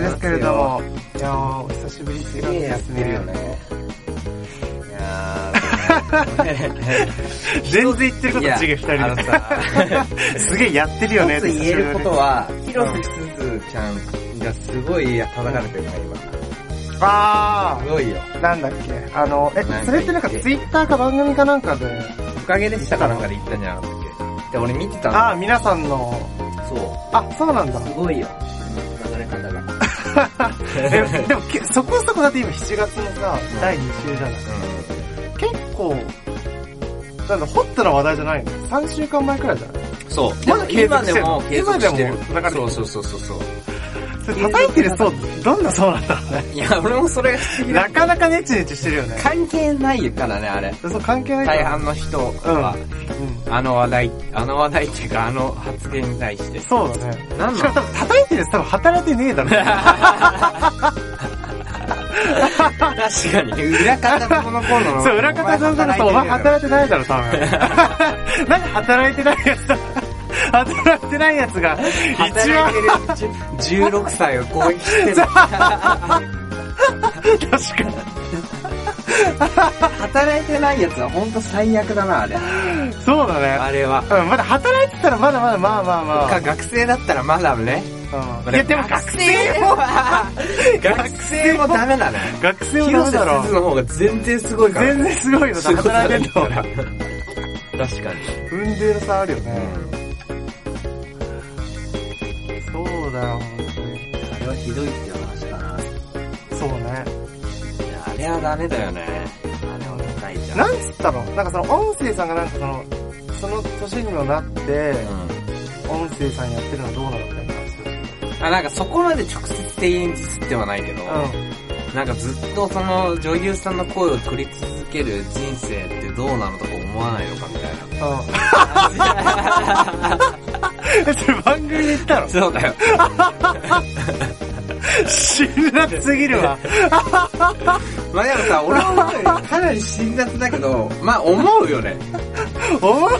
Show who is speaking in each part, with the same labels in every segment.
Speaker 1: ですけれども、いやーお久しぶり4月ですね。
Speaker 2: ね。いや ー、
Speaker 1: 全然言ってること
Speaker 2: い
Speaker 1: 違
Speaker 2: や
Speaker 1: う、二
Speaker 2: あ
Speaker 1: 人
Speaker 2: の
Speaker 1: で。
Speaker 2: さ、
Speaker 1: すげえやってるよね
Speaker 2: 一
Speaker 1: っ
Speaker 2: つ
Speaker 1: て
Speaker 2: 言えること
Speaker 1: 久し
Speaker 2: は、広瀬すずちゃんがすごい叩かれてるな、今。
Speaker 1: ぶりにあ
Speaker 2: すごいよ。
Speaker 1: ー、なんだっけ、あの、え
Speaker 2: なんか言っ、て
Speaker 1: それってなんかツイッターか番組かなんかで、
Speaker 2: おかげでしたかなんかで言ったんじゃなかったっけで、俺見てた
Speaker 1: あー、
Speaker 2: の。
Speaker 1: 皆さんの、
Speaker 2: そう。
Speaker 1: あ、そうなん だ。
Speaker 2: すごいよ。流れ方が。うん。
Speaker 1: え、でもけ、そこそこだって今7月のさ、第2週じゃない結構、なんだ、ホットな話題じゃないの ?3 週間前くらいじゃない
Speaker 2: そう。
Speaker 1: まだ継
Speaker 2: 今
Speaker 1: 続して
Speaker 2: で
Speaker 1: んの
Speaker 2: も継続してる
Speaker 1: 今でも繋が。る
Speaker 2: そうそうそうそうそう。
Speaker 1: それ叩いてる層、どんな層なんだろうね。
Speaker 2: いや、俺もそれが不思議
Speaker 1: な
Speaker 2: だ。
Speaker 1: かなかネチネチしてるよね。
Speaker 2: 関係ないからね、あれ。
Speaker 1: そう、関係ないか
Speaker 2: 大
Speaker 1: ら。
Speaker 2: 半の人は、
Speaker 1: うん。
Speaker 2: あの話題、あの話題っていうか、あの発言に対して。
Speaker 1: そうだね。
Speaker 2: なん
Speaker 1: し
Speaker 2: な
Speaker 1: かも
Speaker 2: の
Speaker 1: 多分叩いてるやつ多分働いてねえだろうね。
Speaker 2: 確かに。 裏方どうのこうの。
Speaker 1: そう、裏方さんからそう、お前働いてないだろ、多分。 なんで働いてないやつだ 働いてないやつが、一番、
Speaker 2: 働いてる。16歳を攻撃して る。
Speaker 1: 確かに。
Speaker 2: 働いてないやつは本当最悪だな、あれ。
Speaker 1: そうだね。
Speaker 2: あれは。
Speaker 1: うん、まだ働いてたらまだまだまあまあま
Speaker 2: か、学生だったらまだね。
Speaker 1: あ。うん、いや、でも学生も、
Speaker 2: は、学生もダメだね。
Speaker 1: 学生もダ
Speaker 2: 広
Speaker 1: メだ
Speaker 2: 瀬す
Speaker 1: ろ
Speaker 2: ず。の方が全然すごいから。
Speaker 1: 全然すごいの、
Speaker 2: すごい
Speaker 1: 働いてんの。
Speaker 2: 確かに。
Speaker 1: 運命の差あるよね。そうだよ、本当に。
Speaker 2: あれはひどいっていう話かな。
Speaker 1: そうね。
Speaker 2: いやあれはダメだよね。あれは高いじゃん。
Speaker 1: なんつったのなんかその音声さんがなんかその、その年にもなって、音声さんやってるのはどうなのみたいな話をして
Speaker 2: あ、なんかそこまで直接的にディスってはないけど、
Speaker 1: た。うん。
Speaker 2: なんかずっとその女優さんの声を取り続ける人生ってどうなのとか思わないのかみたいな。
Speaker 1: うん。 それ番組で言ったの
Speaker 2: そうだよ。
Speaker 1: 辛辣すぎるわ。
Speaker 2: まあでもさ、俺はかなり辛辣だけど、まあ思うよね。
Speaker 1: 思う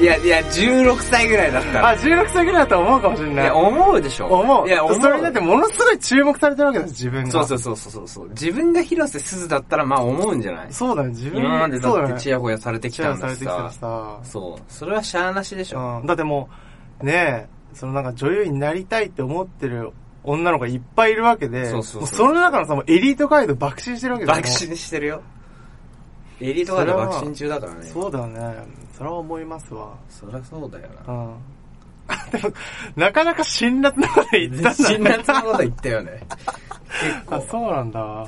Speaker 2: いやいや、16歳ぐらいだったら。
Speaker 1: あ、16歳ぐらいだと思うかもしれ
Speaker 2: い
Speaker 1: ない。
Speaker 2: や、思うでしょ。
Speaker 1: 思う。
Speaker 2: いや、思う。
Speaker 1: それだってものすごい注目されてるわけだよ、自分が。
Speaker 2: そうそうそうそうそう。自分が広瀬すずだったらまあ思うんじゃない
Speaker 1: そうだね、自分
Speaker 2: 今までだ
Speaker 1: そう
Speaker 2: っ
Speaker 1: だ
Speaker 2: て
Speaker 1: ね。
Speaker 2: チヤホヤされてき
Speaker 1: チ
Speaker 2: た
Speaker 1: ヤ
Speaker 2: ん
Speaker 1: さ
Speaker 2: だ
Speaker 1: れ
Speaker 2: して
Speaker 1: きたら
Speaker 2: さ。
Speaker 1: さ。
Speaker 2: そう。それはしゃあなしでしょ。
Speaker 1: うんだってもう、ねえ、そのなんか女優になりたいって思ってる女の子がいっぱいいるわけで、
Speaker 2: そうそうそう
Speaker 1: もの中のさ、もうエリート街道爆心してるわけだよ
Speaker 2: 爆。心してるよ。エリートガード爆心中だからね。
Speaker 1: そうだよね。それは思いますわ。
Speaker 2: そりゃそうだよ
Speaker 1: う
Speaker 2: な。
Speaker 1: ん。 でも、なかなか辛辣なこと言ったんだ
Speaker 2: 辛
Speaker 1: ね。
Speaker 2: 辣なこと言ったよね。 結
Speaker 1: あ、
Speaker 2: 構。
Speaker 1: そうなんだ。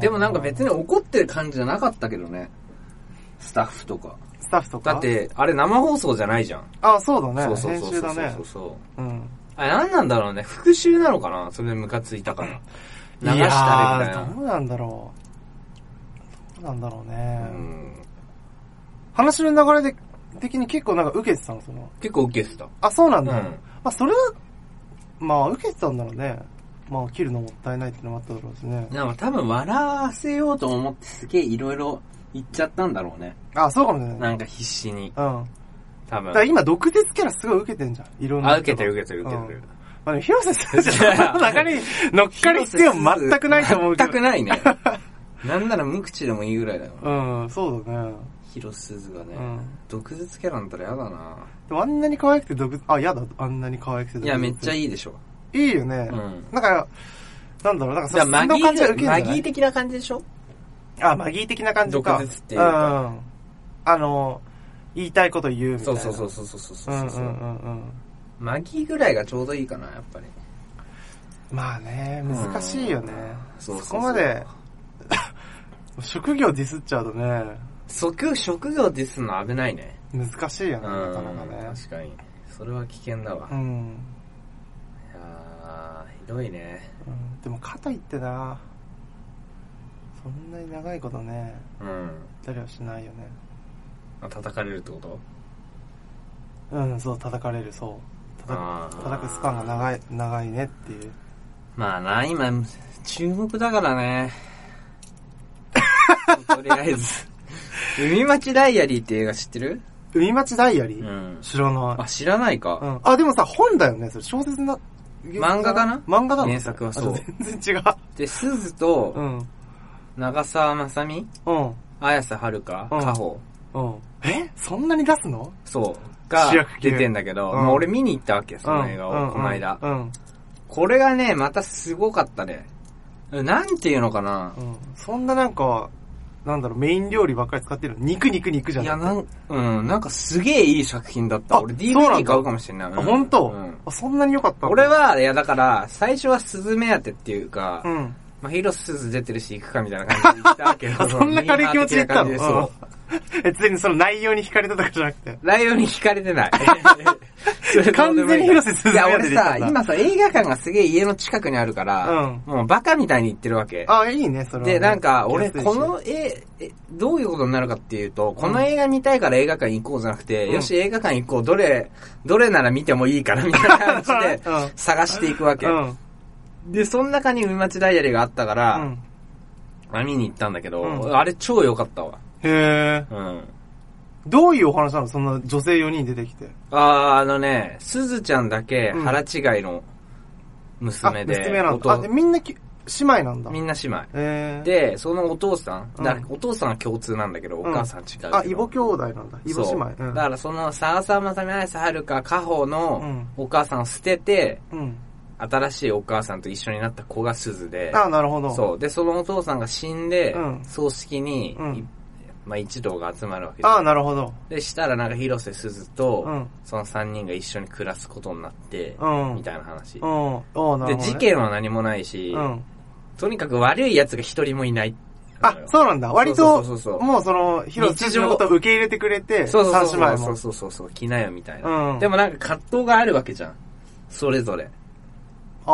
Speaker 2: でもなんか別に怒ってる感じじゃなかったけどね。スタッフとか。
Speaker 1: スタッフとか。
Speaker 2: だっ、て、あれ生放送じゃないじゃん。
Speaker 1: あ、そうだ
Speaker 2: そう
Speaker 1: ね。
Speaker 2: そうそう
Speaker 1: 編
Speaker 2: そ
Speaker 1: 集
Speaker 2: う
Speaker 1: だね
Speaker 2: そう。そう。
Speaker 1: うん。
Speaker 2: あれ何なんだろうね。復讐なのかなそれでムカついたから。流した
Speaker 1: い
Speaker 2: れみ
Speaker 1: や
Speaker 2: たい
Speaker 1: ー
Speaker 2: な。
Speaker 1: どうなんだろう。どうなんだろう
Speaker 2: う
Speaker 1: ね。
Speaker 2: ん
Speaker 1: 話の流れで、的に結構なんか受けてたの、その。
Speaker 2: 結構受けてた。
Speaker 1: あ、そうなん
Speaker 2: う
Speaker 1: だ。ま
Speaker 2: ん。
Speaker 1: あ、それは、まあ、受けてたんだろうね。まあ、切るのもったいないってのもあっただろうしね。
Speaker 2: なんか多分笑わせようと思ってすげえいろいろ言っちゃったんだろうね。
Speaker 1: あ、そうかもしれない。
Speaker 2: なんか必死に。
Speaker 1: うん。
Speaker 2: 多
Speaker 1: だ
Speaker 2: 分
Speaker 1: から。今、毒舌キャラすごい受けてんじゃん。いろんな人が。
Speaker 2: あ、受けてる受けてる受けて
Speaker 1: うん
Speaker 2: る。
Speaker 1: まあ、でも広瀬すずじゃん。の中に乗っかる必要全くないと思うけど。
Speaker 2: 全くないね。なんなら無口でもいいぐらいだよ。
Speaker 1: うん、そうだね。
Speaker 2: 広瀬すずがね、
Speaker 1: うん
Speaker 2: 毒舌キャラだったら嫌だな
Speaker 1: でもあんなに可愛くて毒舌、あ、やだ、あんなに可愛くて毒
Speaker 2: いや、めっちゃ
Speaker 1: い。
Speaker 2: いいでしょ。
Speaker 1: いいよね。
Speaker 2: うん
Speaker 1: なんか、なんだろう、なんかそ
Speaker 2: だからマ
Speaker 1: の
Speaker 2: ギー
Speaker 1: 感じが受
Speaker 2: 的
Speaker 1: けるん
Speaker 2: マ
Speaker 1: じゃ
Speaker 2: ギ
Speaker 1: な
Speaker 2: ー
Speaker 1: い
Speaker 2: 的な感じでしょ
Speaker 1: あ、マギー的な感じか。
Speaker 2: 毒舌っていうか
Speaker 1: ん。あの、言いたいこと言うみた
Speaker 2: そ
Speaker 1: いうな。
Speaker 2: そうそうそうそうそうそうう、
Speaker 1: んうんうんうん。
Speaker 2: マギーぐらいがちょうどいいかな、やっぱり。
Speaker 1: まあね、難しいよね。
Speaker 2: うんそうそうそう
Speaker 1: こまで、 職業ディスっちゃうとね、
Speaker 2: 職、職業ディスんの危ないね。
Speaker 1: 難しいよ
Speaker 2: うん。
Speaker 1: ね、なかなかね。
Speaker 2: 確かに。それは危険だわ。
Speaker 1: う
Speaker 2: い
Speaker 1: ん。
Speaker 2: やー、ひどいね。
Speaker 1: うんでも、かといってな、そんなに長いことね、
Speaker 2: うん。
Speaker 1: 誰はしないよね。
Speaker 2: あ叩かれるってこと
Speaker 1: うん、そう、叩かれる、そう。叩
Speaker 2: あ
Speaker 1: く
Speaker 2: ー
Speaker 1: 叩くスパンが長い、長いねっていう。
Speaker 2: まあな、今、注目だか らね。とりあえず。海町ダイアリーって映画知ってる
Speaker 1: 海町ダイアリー、
Speaker 2: ん。
Speaker 1: 知らない
Speaker 2: あ、。知らないか。
Speaker 1: うん。あ、でもさ、本だよね、それ小説な、
Speaker 2: 漫画かな
Speaker 1: 漫画だ
Speaker 2: 原作はそう
Speaker 1: 全然違う。
Speaker 2: で、鈴
Speaker 1: う
Speaker 2: と、
Speaker 1: ん。うん。
Speaker 2: 長澤まさみ、
Speaker 1: うん。
Speaker 2: 綾瀬はるか、
Speaker 1: うん
Speaker 2: かほ、
Speaker 1: うん。えそんなに出すの
Speaker 2: そう、が
Speaker 1: 主役級
Speaker 2: 出てんだけど、
Speaker 1: うん
Speaker 2: もう俺見に行ったわけ、その映画
Speaker 1: うん
Speaker 2: を、この間。
Speaker 1: うん。
Speaker 2: これがね、またすごかったね。なんていうのかな
Speaker 1: う。ん。そんななんか、なんだろう、メイン料理ばっかり使ってるの肉肉肉じゃ
Speaker 2: いや、
Speaker 1: なくて
Speaker 2: なん、うん、なんかすげえいい作品だった。
Speaker 1: あ
Speaker 2: 俺
Speaker 1: そうなんだ
Speaker 2: DVD 買うかもしれない。
Speaker 1: あ、本当
Speaker 2: うん
Speaker 1: あ、そんなに良かったの
Speaker 2: 俺、は、いやだから、最初は鈴目当てっていうか
Speaker 1: う、 ん。
Speaker 2: まあ、広瀬すず出てるし行くかみたいな感じで行ったけ ど、
Speaker 1: あそんな軽い気持ちで行ったの
Speaker 2: ミーハー的な感じでそう。
Speaker 1: え、別にその内容に惹かれたとかじゃなくて。
Speaker 2: ライオンに惹かれて ない。それどうでもいい
Speaker 1: 完全に広瀬すず
Speaker 2: いや、
Speaker 1: 目当て
Speaker 2: 俺
Speaker 1: で行っ
Speaker 2: さ、
Speaker 1: たんだ
Speaker 2: 今さ、映画館がすげえ家の近くにあるから、もうバカみたいに行ってるわけ。
Speaker 1: あ、いいね、それはね、
Speaker 2: で、なんか、俺、
Speaker 1: 安いし
Speaker 2: こ、の絵、えどういうことになるかっていうと、この映画見たいから映画館行こうじゃなくて、
Speaker 1: うん
Speaker 2: よし、映画館行こう、どれ、どれなら見てもいいから、みたいな感じで、
Speaker 1: う
Speaker 2: 探していくわけ。
Speaker 1: ん。うん。
Speaker 2: で、その中に海町ダイアリーがあったか
Speaker 1: う
Speaker 2: ら、
Speaker 1: ん
Speaker 2: まあ見に行ったんだけど、
Speaker 1: うん
Speaker 2: あれ超良かったわ。
Speaker 1: へえ。
Speaker 2: うん。
Speaker 1: どういうお話なのそんな女性4人出てきて。
Speaker 2: あーあのね、すずちゃんだけ腹違いの娘で、
Speaker 1: あ、娘なんだ。
Speaker 2: 弟
Speaker 1: あ、でみんなき、姉妹なんだ。
Speaker 2: みんな姉妹。
Speaker 1: へえ。、
Speaker 2: で、そのお父さん、
Speaker 1: うん
Speaker 2: だお父さんは共通なんだけど、お母さん違うけど、
Speaker 1: あ、異母兄弟なんだ。異母姉妹。
Speaker 2: そう
Speaker 1: うん
Speaker 2: だからその、沢沢まさみ、綾瀬はるか、かほ
Speaker 1: う
Speaker 2: の
Speaker 1: ん
Speaker 2: お母さんを捨てて、
Speaker 1: うん。
Speaker 2: 新しいお母さんと一緒になった子が鈴で、
Speaker 1: あ、なるほど。
Speaker 2: そう。で、そのお父さんが死んで、
Speaker 1: うん
Speaker 2: 葬式に、
Speaker 1: うん
Speaker 2: いまあ一同が集まるわけです
Speaker 1: あ、なるほど。
Speaker 2: で、したらなんか広瀬すずと、
Speaker 1: うん
Speaker 2: その三人が一緒に暮らすことになって、
Speaker 1: うん
Speaker 2: みたいな話。
Speaker 1: うん。あ、なるほどね。
Speaker 2: で、事件は何もないし、
Speaker 1: うん。
Speaker 2: とにかく悪い奴が一人もいない。
Speaker 1: あ、そうなんだ。割と、
Speaker 2: そうそうそうそう
Speaker 1: もうその、広瀬すずのことを受け入れてくれて、
Speaker 2: そうそう
Speaker 1: 三姉
Speaker 2: そう
Speaker 1: 妹
Speaker 2: そう
Speaker 1: も。
Speaker 2: そうそうそう、着なよみたいな、
Speaker 1: うん
Speaker 2: でもなんか葛藤があるわけじゃん。それぞれ。
Speaker 1: あ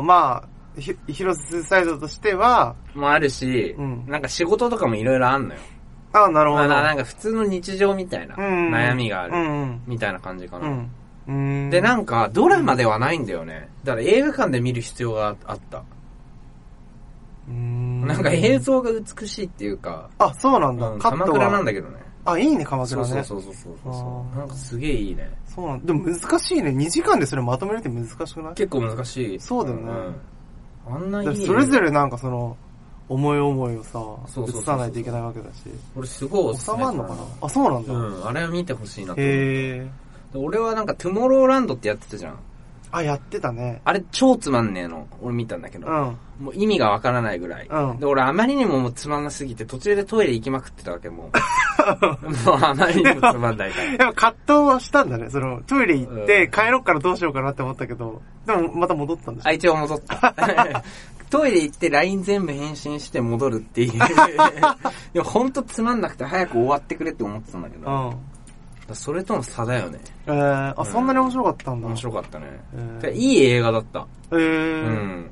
Speaker 1: ー、まあ、ひ広瀬すずサイドとしては、
Speaker 2: もあるし、
Speaker 1: うん
Speaker 2: なんか仕事とかもいろいろあんのよ。
Speaker 1: あ、なるほ
Speaker 2: まあ
Speaker 1: ど。
Speaker 2: ななんか普通の日常みたいな、
Speaker 1: うん
Speaker 2: 悩みがあ
Speaker 1: う
Speaker 2: る、
Speaker 1: ん
Speaker 2: みたいな感じか
Speaker 1: う
Speaker 2: な、
Speaker 1: ん。うん。
Speaker 2: で、なんんかドラマではないんだよね。だから映画館で見る必要があった。
Speaker 1: うん、
Speaker 2: なんか映像が美しいっていうか、
Speaker 1: あ、そうなんだ。
Speaker 2: うん
Speaker 1: カッ
Speaker 2: 鎌
Speaker 1: ト
Speaker 2: 倉なん
Speaker 1: は。
Speaker 2: だけどね。
Speaker 1: あ、いいね、鎌
Speaker 2: そ
Speaker 1: 倉
Speaker 2: う
Speaker 1: ね。
Speaker 2: そうそうそうそうそ
Speaker 1: あ
Speaker 2: う。
Speaker 1: ー
Speaker 2: なんかすげえいいね。
Speaker 1: そうなんでも難しいね。2時間でそれまとめるって難しくない
Speaker 2: 結構難しい。
Speaker 1: そうだよね
Speaker 2: うん。あんな
Speaker 1: だ
Speaker 2: い
Speaker 1: って
Speaker 2: い。
Speaker 1: それぞれなんかその、思い思いをさ
Speaker 2: そう、そうそうそう
Speaker 1: 映さないといけないわけだし。
Speaker 2: 俺すごいおすす
Speaker 1: 収
Speaker 2: め
Speaker 1: まんのかなあ、そうなんだ。
Speaker 2: うん、あれは見てほしいなと思って。
Speaker 1: へえ。
Speaker 2: 俺はなんか、トゥモローランドってやってたじゃん。
Speaker 1: あ、やってたね。
Speaker 2: あれ超つまんねえの。俺見たんだけど。
Speaker 1: うん。
Speaker 2: もう意味がわからないぐらい。
Speaker 1: うん
Speaker 2: で、俺あまりにももうつまんなすぎて、途中でトイレ行きまくってたわけ、も う。もうあまりにもつまんないか
Speaker 1: で
Speaker 2: ら。
Speaker 1: も葛藤はしたんだね。その、トイレ行っ
Speaker 2: う
Speaker 1: て
Speaker 2: ん
Speaker 1: 帰ろっからどうしようかなって思ったけど、でもまた戻ったんでしょ
Speaker 2: あ、一応戻った。 トイレ行って LINE 全部返信して戻る っていう。でもほんとつまんなくて早く終わってくれって思ってたんだけど。
Speaker 1: う
Speaker 2: だか
Speaker 1: ん。
Speaker 2: らそれとの差だよね。
Speaker 1: えー、あ、そんなに面白かったんだ。
Speaker 2: 面白かったね。
Speaker 1: えー
Speaker 2: てかいい映画だった。
Speaker 1: え
Speaker 2: う
Speaker 1: ー、
Speaker 2: ん。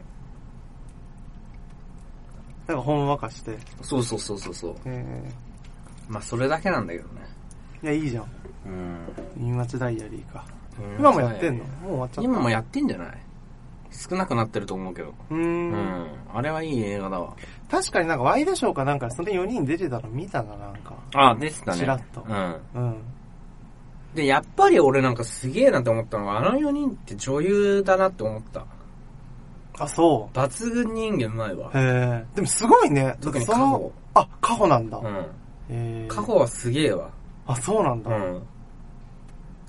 Speaker 1: なんかほんわかして。
Speaker 2: そうそうそうそうそう。
Speaker 1: え
Speaker 2: まあそれだけなんだけどね。
Speaker 1: ー、いや、いいじゃん。
Speaker 2: うん。
Speaker 1: ミンマチダイアリーか。今もやってんのもう終わっちゃった。
Speaker 2: 今もやってんじゃない少なくなってると思うけど。
Speaker 1: うー,、
Speaker 2: うんん。あれはいい映画だわ。
Speaker 1: 確かになんかワイドショーかなんかその4人出てたの見たな、なんか。
Speaker 2: あ、でしたね。
Speaker 1: ちらっと
Speaker 2: うん。
Speaker 1: うん。
Speaker 2: で、やっぱり俺なんかすげえなって思ったのが、あの4人って女優だなって思った。
Speaker 1: あ、そ
Speaker 2: 抜群人間前は
Speaker 1: う。へえ。でもすごいね。
Speaker 2: 特に
Speaker 1: そ
Speaker 2: カ
Speaker 1: の
Speaker 2: ホ、
Speaker 1: あ、カホなんだ。
Speaker 2: う
Speaker 1: へ
Speaker 2: ん。
Speaker 1: え。
Speaker 2: カ。ホはすげえわ。
Speaker 1: あ、そうなんだ。
Speaker 2: うん。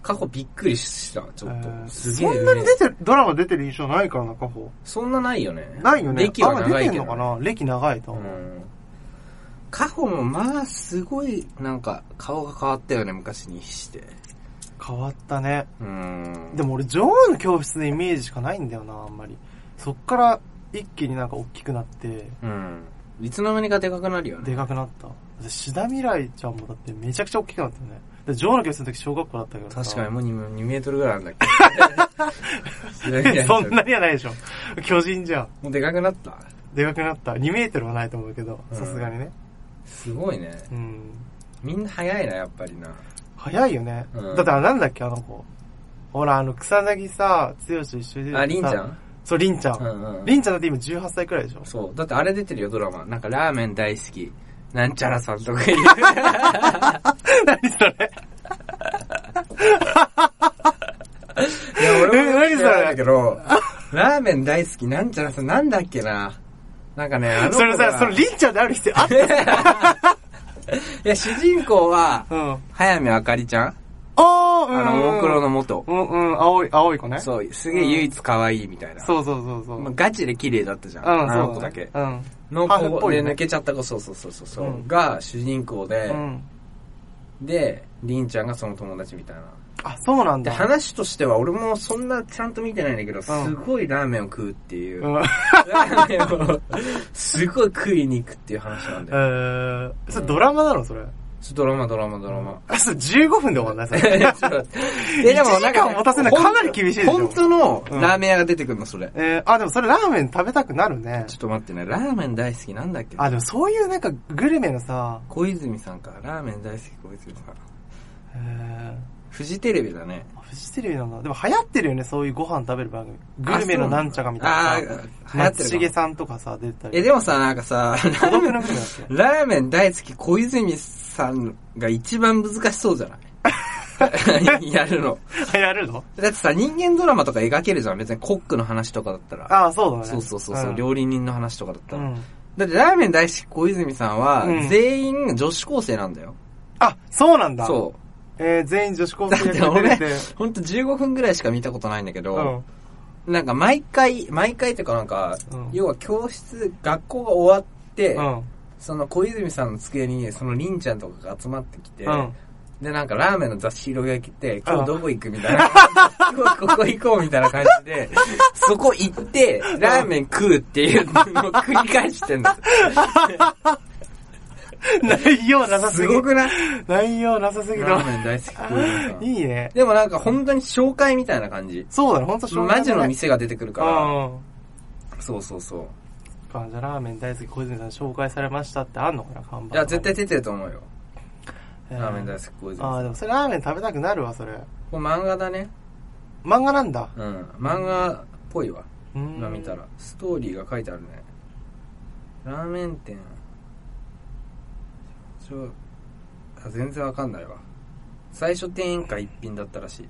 Speaker 2: カホびっくりした、ちょっ
Speaker 1: えー
Speaker 2: と。すげえ、
Speaker 1: そんなに出てる、ドラマ出てる印象ないからな、カホ。
Speaker 2: そんなないよね。
Speaker 1: ないよね。
Speaker 2: 歴は
Speaker 1: あんま
Speaker 2: 長
Speaker 1: 出て
Speaker 2: い
Speaker 1: ん
Speaker 2: け
Speaker 1: のか
Speaker 2: ど、
Speaker 1: な歴長いと
Speaker 2: う
Speaker 1: 思う。
Speaker 2: ん。カホもまあすごいなんか顔が変わったよね、昔にして。
Speaker 1: 変わったね。
Speaker 2: うん。
Speaker 1: でも俺、女王の教室のイメージしかないんだよな、あんまり。そっから、一気になんか大きくなって、
Speaker 2: うん。いつの間にかでかくなるよね。
Speaker 1: でかくなった。だってシダミライちゃんもだってめちゃくちゃ大きくなったよね。で、女王の教室の時小学校だったけどさ
Speaker 2: 確かにもう 2, 2メートルぐらいあるんだっけ
Speaker 1: そんなにはないでしょ。巨人じゃん。
Speaker 2: もうでかくなった。
Speaker 1: でかくなった。2メートルはないと思うけど、
Speaker 2: うん
Speaker 1: さすがにね。
Speaker 2: すごいね。
Speaker 1: うん。
Speaker 2: みんな早いな、やっぱりな。
Speaker 1: 早いよね。
Speaker 2: うん
Speaker 1: だってあなんだっけ、あの子。ほら、あの、草薙さ、剛と一緒に出てた
Speaker 2: あ、りんちゃん
Speaker 1: そう、りんちゃ。
Speaker 2: うんんうん。
Speaker 1: りんちゃんだって今18歳くらいでしょ。
Speaker 2: そう。だってあれ出てるよ、ドラマ。なんかラーメン大好き。なんちゃらさんと か言う。
Speaker 1: 何それ
Speaker 2: いや、
Speaker 1: え何それ
Speaker 2: だけど、ラーメン大好き、なんちゃらさん、なんだっけな。なんかね、あの子
Speaker 1: それ
Speaker 2: が
Speaker 1: さ、そのりんちゃんである必要あった
Speaker 2: いや、主人公は、
Speaker 1: うん。あ
Speaker 2: 早見あかりちゃん
Speaker 1: あー、うん。
Speaker 2: あの、ももクロの。元。
Speaker 1: うんうん、青い、青い子ね。そう
Speaker 2: そう、すげえ唯一可愛いみたいな。
Speaker 1: そうそうそう。
Speaker 2: まあ
Speaker 1: う
Speaker 2: ガチで綺麗だったじゃん。
Speaker 1: ん、
Speaker 2: あの
Speaker 1: そう
Speaker 2: 子だけ。
Speaker 1: うん。
Speaker 2: の
Speaker 1: ハーフっ
Speaker 2: 子
Speaker 1: ぽい
Speaker 2: で
Speaker 1: よね
Speaker 2: 抜けちゃった子、そうそうそうそうそう、
Speaker 1: うん
Speaker 2: が主人公で、
Speaker 1: うん。
Speaker 2: で、りんちゃんがその友達みたいな。
Speaker 1: あ、そうなん
Speaker 2: で、
Speaker 1: だ。
Speaker 2: 話としては俺もそんなちゃんと見てないんだけど、すごいラーメンを食うっていう。
Speaker 1: うん。
Speaker 2: ラーメンをすごい食いに行くっていう話なん
Speaker 1: え
Speaker 2: だよ。
Speaker 1: ー、それドラマなのそれ。
Speaker 2: ドラマドラマドラマ。
Speaker 1: あ、それ15分で終わんないそ れ。
Speaker 2: え
Speaker 1: 一時間持たせるのかなり厳しいでしょ
Speaker 2: 本当のラーメン屋が出てくるの、それ。
Speaker 1: えー、あ、でもそれラーメン食べたくなるね
Speaker 2: ちょ。っと待ってね、ラーメン大好きなんだっけ
Speaker 1: あ、でもそういうなんかグルメのさ、
Speaker 2: 小泉さんか。ラーメン大好き小泉さん。
Speaker 1: えー、
Speaker 2: フジテレビだね。
Speaker 1: フジテレビなんだ。でも流行ってるよね、そういうご飯食べる番組。グルメのなんちゃかみたいなさ。
Speaker 2: あそうなんだあー流行ってるかも
Speaker 1: 松重さんとかさ、出てたり。
Speaker 2: え、でもさ、なん かさ、ラ
Speaker 1: 孤
Speaker 2: ー
Speaker 1: 独
Speaker 2: メ
Speaker 1: のグル
Speaker 2: ン
Speaker 1: メだっけ
Speaker 2: ラーメン大好き小泉さんが一番難しそうじゃない やるの。
Speaker 1: あやるの
Speaker 2: だってさ、人間ドラマとか描けるじゃん。別にコックの話とかだったら。
Speaker 1: ああ、そうだね。
Speaker 2: そうそうそうそう、
Speaker 1: ん
Speaker 2: 料理人の話とかだった
Speaker 1: う
Speaker 2: ら。
Speaker 1: ん。
Speaker 2: だってラーメン大好き小泉さんは
Speaker 1: う、ん
Speaker 2: 全員女子高生なんだよ。
Speaker 1: あ、そうなんだ。
Speaker 2: そう。
Speaker 1: えー、全員女子高
Speaker 2: だっ
Speaker 1: 生
Speaker 2: て
Speaker 1: 役で
Speaker 2: 俺
Speaker 1: 出てて。、
Speaker 2: ほんと15分ぐらいしか見たことないんだけ
Speaker 1: う
Speaker 2: ど
Speaker 1: ん、。
Speaker 2: なんか毎回、毎回っていうかなんか、
Speaker 1: うん
Speaker 2: 要は教室、学校が終わって、
Speaker 1: うん。
Speaker 2: その小泉さんの机に、そのりんちゃんとかが集まってきて、
Speaker 1: うん。
Speaker 2: で、なんかラーメンの雑誌広げてき
Speaker 1: う
Speaker 2: て、
Speaker 1: ん
Speaker 2: 今日どこ行くみたいな。 今日ここ行こうみたいな感じで、そこ行って、ラーメン食うっていうのを繰り返してんだ。
Speaker 1: 内容なさす
Speaker 2: す
Speaker 1: ぎ
Speaker 2: ごくない
Speaker 1: 内容なさすぎ
Speaker 2: ラ
Speaker 1: だ
Speaker 2: ー。メン大好き小泉さん。
Speaker 1: いいね。
Speaker 2: でもなんか本当に紹介みたいな感じ。
Speaker 1: そうだね、ほんと
Speaker 2: マジの
Speaker 1: 店
Speaker 2: 店が出てくるか
Speaker 1: うん。
Speaker 2: ら。そうそうそう。
Speaker 1: あじゃあラーメン大好き小泉さん紹介されましたってあんのかな、看板。
Speaker 2: いや、絶対出てると思うよ。
Speaker 1: えー
Speaker 2: ラーメン大好き小泉さん。
Speaker 1: あーでもそれラーメン食べたくなるわ、それ。
Speaker 2: これ漫画だね。
Speaker 1: 漫画なんだ。
Speaker 2: うん。漫画っぽいわ。
Speaker 1: うん
Speaker 2: 今見たら。ストーリーが書いてあるね。ラーメン店。ちょ、あ、全然わかんないわ。最初店員か一品だったらしい。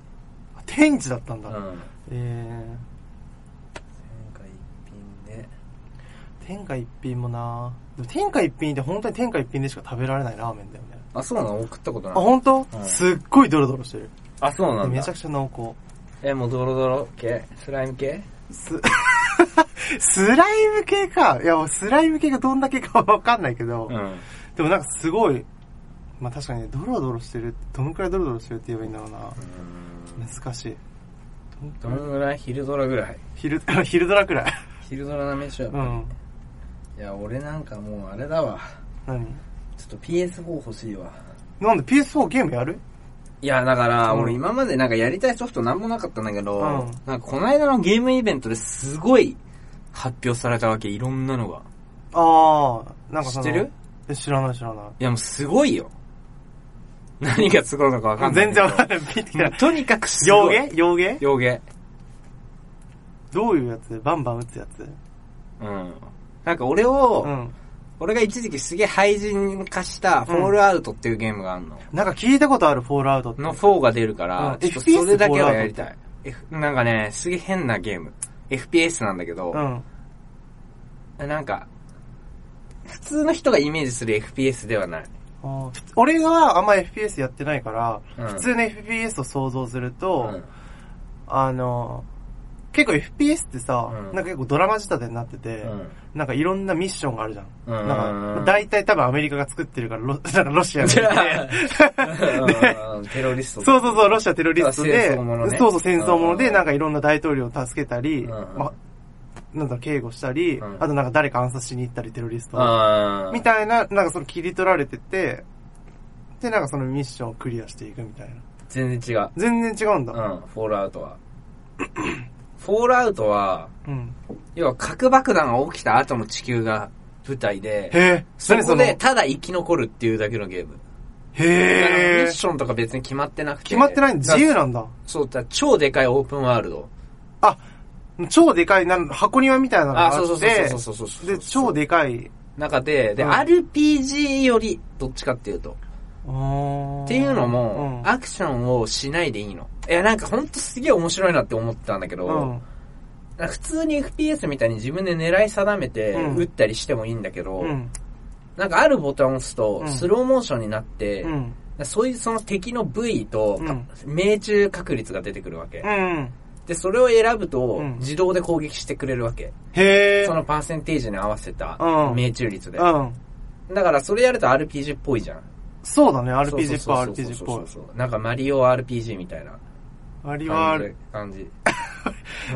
Speaker 1: 天地だったん
Speaker 2: う
Speaker 1: だ。
Speaker 2: ん。店員
Speaker 1: え
Speaker 2: か一品で。
Speaker 1: ー、天下一品もなでも天下一品って本当に天下一品でしか食べられないラーメンだよね。
Speaker 2: あ、そうなの送ったこと
Speaker 1: あ、
Speaker 2: ない。
Speaker 1: 本当、
Speaker 2: うん
Speaker 1: すっごいドロドロしてる。
Speaker 2: あ、そうなん
Speaker 1: め
Speaker 2: だ
Speaker 1: ちゃ。くちゃ濃厚。
Speaker 2: え、もうドロドロ系スライム系
Speaker 1: す、スライム系か。いや、スライム系がどんだけかわかんないけど、
Speaker 2: うん。
Speaker 1: でもなんかすごい、まあ確かにね、ドロドロしてる、どのくらいドロドロしてるって言えばいいんだろうな。難しい。
Speaker 2: どのぐらい昼ドラぐらい。
Speaker 1: 昼、 昼ドラく らい。
Speaker 2: 昼ドラな飯は
Speaker 1: うん。
Speaker 2: いや、俺なんかもうあれだわ。
Speaker 1: 何
Speaker 2: ちょっと PS4 欲しいわ。
Speaker 1: なんで PS4 ゲームやる
Speaker 2: いや、だから、
Speaker 1: うん
Speaker 2: 俺今までなんかやりたいソフトなんもなかったんだけど、
Speaker 1: うん
Speaker 2: なんかこの間のゲームイベントですごい発表されたわけ、いろんなのが。
Speaker 1: ああ、なんかその。
Speaker 2: 知ってる
Speaker 1: え知らない知らない
Speaker 2: や、もうすごいよ。 何がすごいのかわか
Speaker 1: い。
Speaker 2: んな
Speaker 1: 全
Speaker 2: いけど。
Speaker 1: 然わかんない。見て きた
Speaker 2: もうとにかくす
Speaker 1: 洋
Speaker 2: ごい。
Speaker 1: 芸洋芸
Speaker 2: 洋芸
Speaker 1: どういうやつバンバン打つやつ
Speaker 2: うん。なんか俺を、
Speaker 1: うん。
Speaker 2: 俺が一時期すげえ廃人化した、フォールアウトっていうゲームがあるの。
Speaker 1: なんか聞いたことあるフォールアウトって。
Speaker 2: の4が出るから、
Speaker 1: うん
Speaker 2: ちょっとそれだけはやりた
Speaker 1: FPS
Speaker 2: い。F なんかね、すげえ変なゲーム。FPS なんだけど、
Speaker 1: うん。
Speaker 2: なんか、普通の人がイメージする FPS ではない。
Speaker 1: あーふつ俺があんま FPS やってないから、
Speaker 2: うん
Speaker 1: 普通の FPS を想像する
Speaker 2: う
Speaker 1: と、
Speaker 2: ん。
Speaker 1: あの、結構 FPS ってさ、
Speaker 2: うん
Speaker 1: なんか結構ドラマ仕立てになってて、
Speaker 2: うん
Speaker 1: なんかいろんなミッションがあるじゃん。
Speaker 2: うん
Speaker 1: なんか、大体多分アメリカが作ってるから、ロ なんかロシアが
Speaker 2: じゃ
Speaker 1: や
Speaker 2: あ
Speaker 1: って、
Speaker 2: うんテロリスト。
Speaker 1: そうそうそう、ロシアテロリスト
Speaker 2: 戦
Speaker 1: で、
Speaker 2: 争ものね
Speaker 1: そうそう、戦争もの
Speaker 2: う
Speaker 1: で、
Speaker 2: ん
Speaker 1: なんかいろんな大統領を助けたり、
Speaker 2: うん
Speaker 1: まあ、なんだろう、警護したり、
Speaker 2: うん
Speaker 1: あとなんか誰か暗殺しに行ったり、テロリストを
Speaker 2: あー
Speaker 1: みたいな、なんかその切り取られてて、で、なんかそのミッションをクリアしていくみたいな。
Speaker 2: 全然違う。
Speaker 1: 全然違うん
Speaker 2: う
Speaker 1: だ。
Speaker 2: ん、フォールアウトは。 フォールアウトは、
Speaker 1: うん。
Speaker 2: 要は核爆弾が起きた後の地球が舞台
Speaker 1: へ
Speaker 2: で、
Speaker 1: え、
Speaker 2: そ
Speaker 1: 何そ
Speaker 2: こ
Speaker 1: の、
Speaker 2: で
Speaker 1: へ
Speaker 2: ただ生き残るっていうだけのゲーム。だからミッ
Speaker 1: え、
Speaker 2: ションとか別に決まってなくて。
Speaker 1: 決まってないんだ。自由なんだ。
Speaker 2: そうだ、超でかいオープンワールド。
Speaker 1: あ、超でかい、なん箱庭みたいなのが
Speaker 2: あ、
Speaker 1: あ
Speaker 2: そ
Speaker 1: っ
Speaker 2: うそう
Speaker 1: て、
Speaker 2: そうそうそうそう。
Speaker 1: で、超でかい。
Speaker 2: 中で、で、
Speaker 1: うん
Speaker 2: RPG より、どっちかっていうと。
Speaker 1: っ
Speaker 2: っていうのも、
Speaker 1: うん
Speaker 2: アクションをしないでいいの。いや、なんかほんとすげえ面白いなって思ったんだけど、
Speaker 1: うん
Speaker 2: なんか普通に FPS みたいに自分で狙い定めて
Speaker 1: うん
Speaker 2: 撃ったりしてもいいんだけど、
Speaker 1: うん。
Speaker 2: なんかあるボタンを押すと
Speaker 1: うん
Speaker 2: スローモーションになって、
Speaker 1: うん。
Speaker 2: そういうその敵の部位と、
Speaker 1: うん
Speaker 2: か命中確率が出てくるわけ。
Speaker 1: うん。
Speaker 2: で、それを選ぶと
Speaker 1: うん
Speaker 2: 自動で攻撃してくれるわけ。
Speaker 1: へえ。
Speaker 2: そのパーセンテージに合わせた
Speaker 1: うん
Speaker 2: 命中率で。
Speaker 1: うん。
Speaker 2: だからそれやると RPG っぽいじゃん。
Speaker 1: そうだね、RPG っぽい、
Speaker 2: そうそう
Speaker 1: RPG っ
Speaker 2: そうそ
Speaker 1: ぽ
Speaker 2: うそうそうなんかマリオ RPG みたいな。
Speaker 1: い。マリワー
Speaker 2: 感
Speaker 1: ル。
Speaker 2: じ。感 じ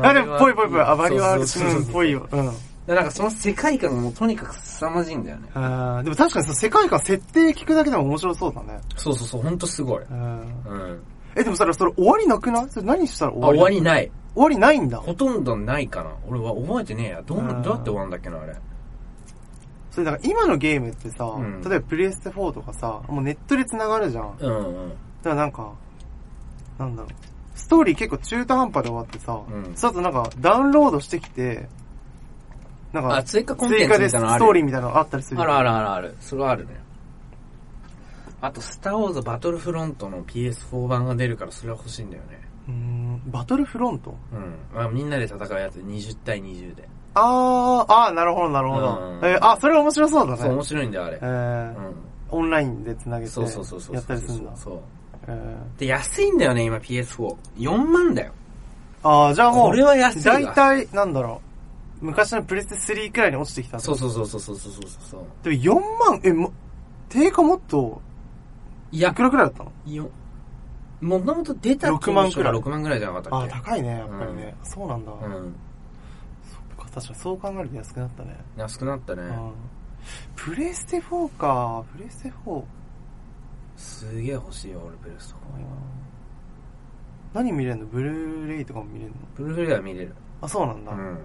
Speaker 1: あ、でも、ぽいぽいぽい。あ、マリワー
Speaker 2: そうそう
Speaker 1: ル。、
Speaker 2: そううんそう
Speaker 1: ぽいよ。うん。
Speaker 2: でなんかその世界観がもうとにかく凄まじいんだよね。
Speaker 1: あーでも確かにその世界観設定聞くだけでも面白そうだね。
Speaker 2: そうそうそう、ほんとすごい。
Speaker 1: うん。
Speaker 2: うん。
Speaker 1: え、でもそれ、それ終わりなくないそれ何したら終
Speaker 2: あ、
Speaker 1: わり
Speaker 2: 終わりない。
Speaker 1: 終わりないんだ。
Speaker 2: ほとんどないかな。俺は覚えてねえや。どう、どうやって終わんだっけな、あれ。
Speaker 1: それだから今のゲームってさ、
Speaker 2: うん
Speaker 1: 例えばプレイステ4とかさ、もうネットで繋がるじゃん。だか
Speaker 2: うんうん。
Speaker 1: らなんか、なんだろう。ストーリー結構中途半端で終わってさ、
Speaker 2: うん
Speaker 1: その後なんかダウンロードしてきて、なん
Speaker 2: あ、
Speaker 1: か、
Speaker 2: 追加コンテ
Speaker 1: 追
Speaker 2: ンツ
Speaker 1: 加で
Speaker 2: み
Speaker 1: ス
Speaker 2: た
Speaker 1: ト
Speaker 2: いなのある
Speaker 1: ーリーみたいなのあったりする。
Speaker 2: あるあるあるある。それはあるね。あと、スターウォーズバトルフロントの PS4 版が出るからそれは欲しいんだよね。
Speaker 1: うーん、バトルフロント
Speaker 2: うん。まあ、みんなで戦うやつ20対20で。
Speaker 1: あー、あー、なるほど、なるほ
Speaker 2: う
Speaker 1: ど
Speaker 2: ん。
Speaker 1: えーあ、それ面白そうだ
Speaker 2: そう、
Speaker 1: ね
Speaker 2: 面。白いんだよ、あれ
Speaker 1: え。
Speaker 2: う
Speaker 1: ー、
Speaker 2: ん。
Speaker 1: オンラインで繋げて、
Speaker 2: そうそうそうそう。
Speaker 1: やったりするんだ。
Speaker 2: そう。
Speaker 1: えー
Speaker 2: で、安いんだよね、今 PS4。4万だよ。
Speaker 1: あー、じゃあも
Speaker 2: こ
Speaker 1: う
Speaker 2: れ、は安い
Speaker 1: だ
Speaker 2: わ。
Speaker 1: いたい、なんだろう、昔のプレステ3くらいに落ちてきたんだ
Speaker 2: そうそうそうそうそうそうそうそう。
Speaker 1: でも4万、え、も、定価もっと、
Speaker 2: い
Speaker 1: い
Speaker 2: や、
Speaker 1: くらくらいだったの
Speaker 2: よ、もともと出た当初
Speaker 1: 6万くらい
Speaker 2: 6万くらいじゃなか
Speaker 1: あ
Speaker 2: っ
Speaker 1: ー、
Speaker 2: たっ
Speaker 1: 高いね、やっぱりね。そうなんだ。
Speaker 2: けうん。
Speaker 1: 確かにそう考えると安くなったね。
Speaker 2: 安くなったね
Speaker 1: う。ん。プレステ4か、プレステ 4?
Speaker 2: すげえ欲しいよ、俺、プレスとか。
Speaker 1: 何見れんのブルーレイとかも見れんの
Speaker 2: ブルーフレア見れる。
Speaker 1: あ、そうなんだ。
Speaker 2: う
Speaker 1: プ
Speaker 2: ん。
Speaker 1: レ